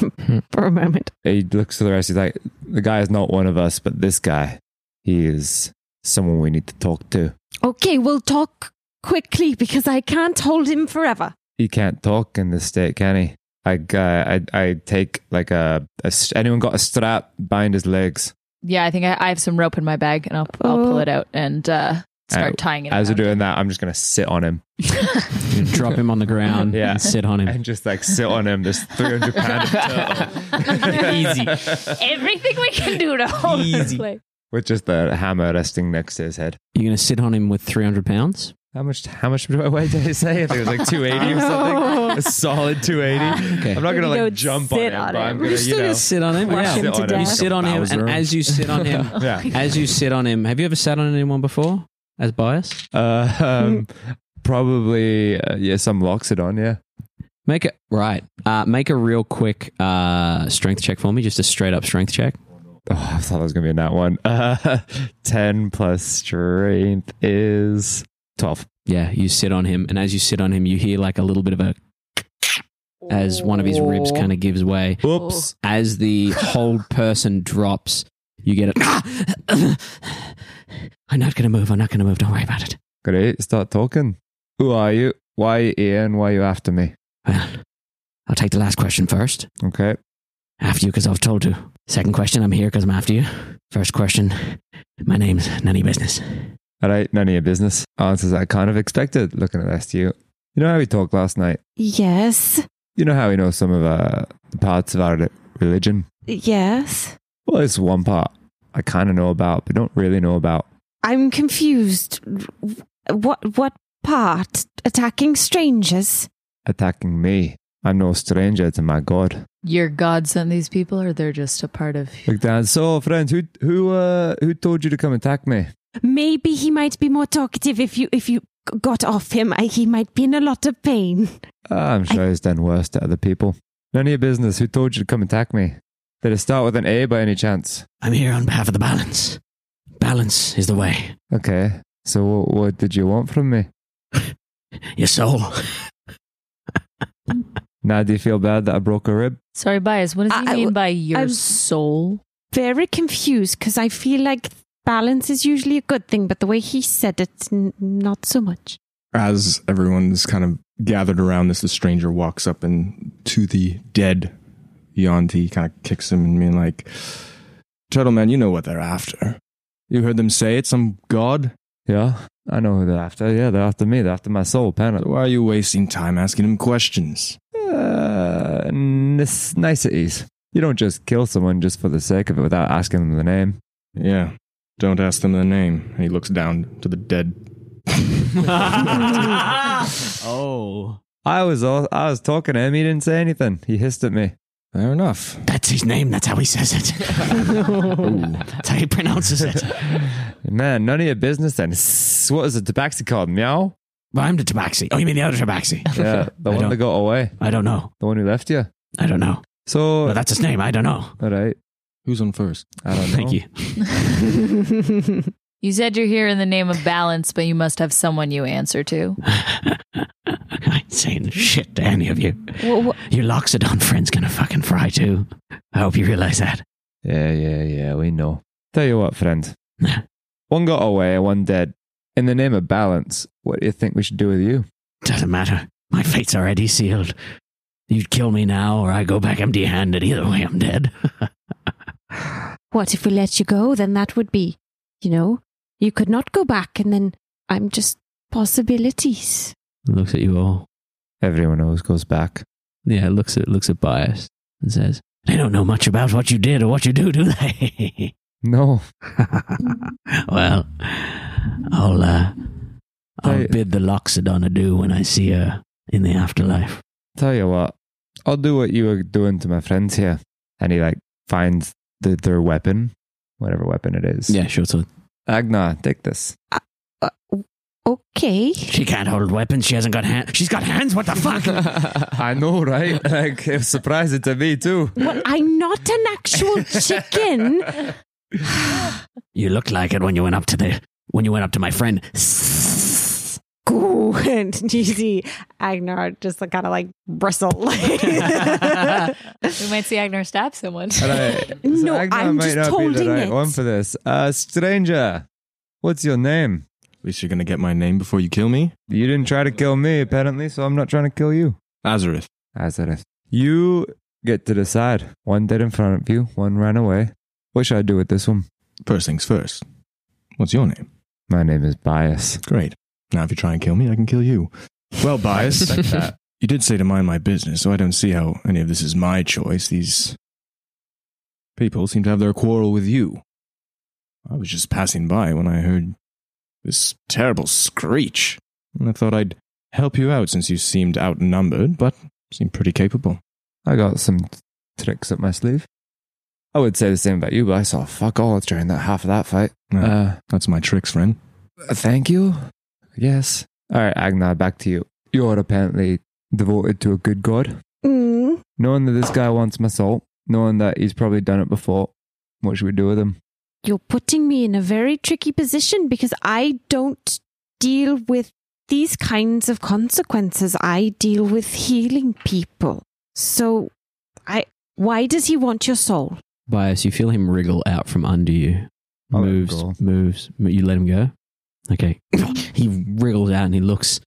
for a moment.
He looks to the rest. He's like, the guy is not one of us, but this guy, he is someone we need to talk to.
Okay, we'll talk quickly because I can't hold him forever.
He can't talk in this state, can he? I, uh, I, I take like a, a. Anyone got a strap? Bind his legs.
Yeah, I think I, I have some rope in my bag and I'll, I'll pull it out and uh, start
Uh,
tying it.
As we're
around.
doing that, I'm just gonna sit on him.
You drop him on the ground
Yeah.
and sit on him.
and just like sit on him. This 300 pound
Easy.
Everything we can do to hold
Easy.
this place.
with just the hammer resting next to his head.
You're going to sit on him with 300 pounds?
How much? How much do I weigh? Did I say? I think it was like 280 or something. A solid 280.
Okay.
I'm not gonna
Maybe go
like jump on
sit
him,
on
but I'm
him.
gonna
You're
you
still
know.
gonna sit on him.
I'll
Yeah.
sit on him.
You sit on him, and
Bowser.
as you sit on him,
Yeah.
as you sit on him, have you ever sat on anyone before? As bias,
Uh, um, probably uh, yeah, some locks it on. Yeah.
make it right. Uh, make a real quick uh, strength check for me, just a straight up strength check.
Oh, I thought I was gonna be in that one. Uh, 10 plus strength is 12.
Yeah, you sit on him, and as you sit on him, you hear like a little bit of a as one of his ribs kind of gives way. Oh.
Oops.
As the whole person drops, you get a. I'm not gonna move. I'm not gonna move. Don't worry about it.
Great. Start talking. Who are you? Why are you here and why are you after me?
I'll take the last question first.
Okay.
after you because I've told to. Second question, I'm here because I'm after you. First question, my name's none of your business.
All right, none of your business. Answers I kind of expected looking at last year. You know how we talked last night?
Yes.
You know how we know some of uh, the parts of our religion?
Yes.
Well, it's one part I kind of know about, but don't really know about.
I'm confused. What what part? Attacking strangers?
Attacking me. I'm no stranger to my God.
Your God sent these people, or they're just a part of.
Look down. So, friend, who who uh, who told you to come attack me?
Maybe he might be more talkative if you if you got off him. I, he might be in a lot of pain.
Uh, I'm sure he's done worse to other people. None of your business. Who told you to come attack me? Did it start with an A by any chance?
I'm here on behalf of the balance. Balance is the way.
Okay. So, what, what did you want from me?
Your soul.
now, do you feel bad that I broke a rib?
Sorry, bias. What does he
I- I-
mean by your
I'm-
soul?
Very confused because I feel like balance is usually a good thing, but the way he said it, n- not so much.
As everyone's kind of gathered around this, the stranger walks up and to the dead Yanti kind of kicks him and being like, Turtle Man, you know what they're after. You heard them say it's some god?
Yeah, I know who they're after. Yeah, they're after me. They're after my soul, apparently.
Why are you wasting time asking him questions?
Uh, nis- niceties. You don't just kill someone just for the sake of it without asking them the name.
Yeah, don't ask them the name. And he looks down to the dead.
oh.
I was all, I was talking to him. He didn't say anything. He hissed at me. Fair enough.
That's his name. That's how he says it. That's how he pronounces it.
Man, none of your business then. S- What is the tabaxi called? Meow?
I'm the tabaxi. Oh, you mean the other tabaxi?
Yeah, the
I
one that
don't-
got away.
I don't know.
The one who left you?
I don't know.
So
No, that's his name. I don't know.
All right.
Who's on first?
I don't know.
Thank you.
you said you're here in the name of balance, but you must have someone you answer to.
I ain't saying shit to any of you. Your Loxodon friend's gonna fucking fry too. I hope you realize that.
Yeah, yeah, yeah, we know. Tell you what, friend. one got away, one dead. In the name of balance, what do you think we should do with you?
Doesn't matter. My fate's already sealed. You'd kill me now, or I go back empty handed. Either way, I'm dead.
What if we let you go? Then that would be, you know, you could not go back, and then I'm just possibilities.
looks at you all.
Everyone always goes back.
Yeah, looks at looks at bias and says, "They don't know much about what you did or what you do, do they?"
No.
well, I'll uh, I'll bid the Loxodon adieu when I see her in the afterlife.
Tell you what, I'll do what you were doing to my friends here. And he like finds the, their weapon, whatever weapon it is.
Yeah, sure. So
Agna, take this.
Okay.
she can't hold weapons. She hasn't got hands. She's got hands. What the fuck?
I know, right? Like, it surprised it to me too.
Well, I'm not an actual chicken.
you looked like it when you went up to the when you went up to my friend.
Ooh, and you see Agnar just like, kind of like Mm-hmm. bristle.
we might see Agnar stab someone.
All right. So
No,
Agna
I'm
might
just
not be the
holding
right
it.
one for this. Uh, stranger, what's your name?
At least you're going to get my name before you kill me.
You didn't try to kill me, apparently, so I'm not trying to kill you.
Azareth.
Azareth. You get to decide. One dead in front of you, one ran away. What should I do with this one?
First things first. What's your name?
My name is Bias.
Great. Now, if you try and kill me, I can kill you. Well, Bias,
I respect that.
you did say to mind my business, so I don't see how any of this is my choice. These people seem to have their quarrel with you. I was just passing by when I heard this terrible screech, and I thought I'd help you out since you seemed outnumbered, but seemed pretty capable.
I got some t- tricks up my sleeve. I would say the same about you, but I saw fuck all during that half of that fight.
Uh, That's my tricks, friend.
Uh, Thank you. Yes. All right, Agna, back to you. You're apparently devoted to a good god.
Mm.
Knowing that this guy wants my soul, knowing that he's probably done it before, what should we do with him?
You're putting me in a very tricky position because I don't deal with these kinds of consequences. I deal with healing people. So, I why does he want your soul?
Bias, you feel him wriggle out from under you.
I'll let him
moves,
go.
moves. You let him go? Okay. he wriggles out and he looks.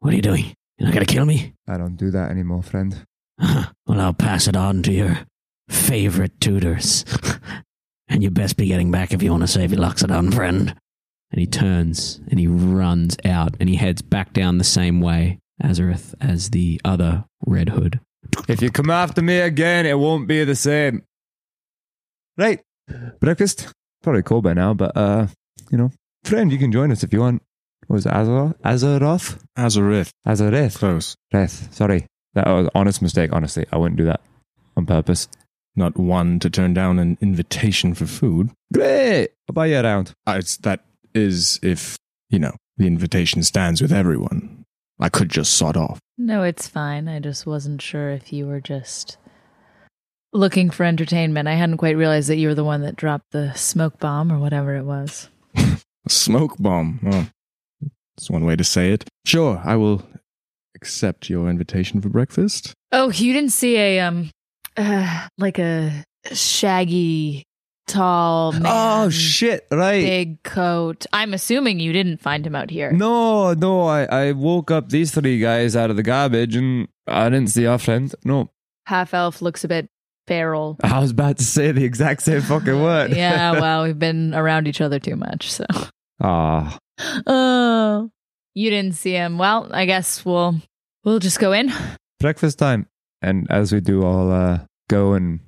What are you doing? You're not going to kill me?
I don't do that anymore, friend.
Well, I'll pass it on to your
favorite tutors. and you best be getting back if you want to save your Loxodon friend.
And he turns and he runs out and he heads back down the same way, Azareth, as the other Red Hood.
If you come after me again, it won't be the same. Right. Breakfast? Probably cold by now, but, uh, you know, friend, you can join us if you want. What was it, Azeroth? Azeroth?
Azareth.
Azareth.
Close.
Reth. Sorry. That was honest mistake, honestly. I wouldn't do that on purpose.
Not one to turn down an invitation for food.
Great. I'll buy you around.
Uh, it's, that is if, you know, the invitation stands with everyone. I could just sod off.
No, it's fine. I just wasn't sure if you were just looking for entertainment. I hadn't quite realized that you were the one that dropped the smoke bomb or whatever it was.
A smoke bomb. Oh, that's one way to say it. Sure, I will accept your invitation for breakfast.
Oh, you didn't see a um, uh, like a shaggy, tall man.
Oh, shit. Right.
Big coat. I'm assuming you didn't find him out here.
No, no, I, I woke up these three guys out of the garbage and I didn't see our friend. No.
Half elf looks a bit feral.
I was about to say the exact same fucking word.
yeah, well, we've been around each other too much, so.
Ah.
Oh, you didn't see him. Well, I guess we'll we'll just go in.
Breakfast time. And as we do, I'll uh, go and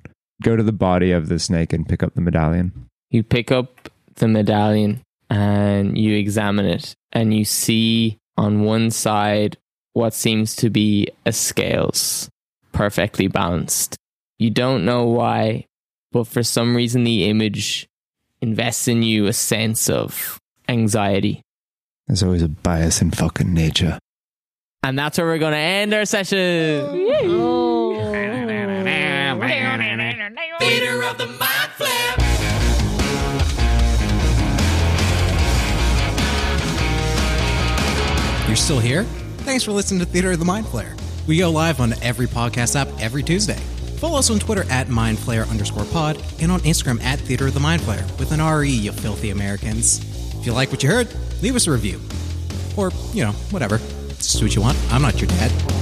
go to the body of the snake and pick up the medallion.
You pick up the medallion and you examine it, and you see on one side what seems to be a scales, perfectly balanced. You don't know why, but for some reason, the image invests in you a sense of anxiety.
There's always a bias in fucking nature.
And that's where we're going to end our session.
Theater of the Mind Flip.
You're still here? Thanks for listening to Theater of the Mind Flare. We go live on every podcast app every Tuesday. Follow us on Twitter at mindflare underscore pod and on Instagram at Theater of the Mind Flare with an RE, you filthy Americans. If you like what you heard, leave us a review. Or, you know, whatever. Just do what you want. I'm not your dad.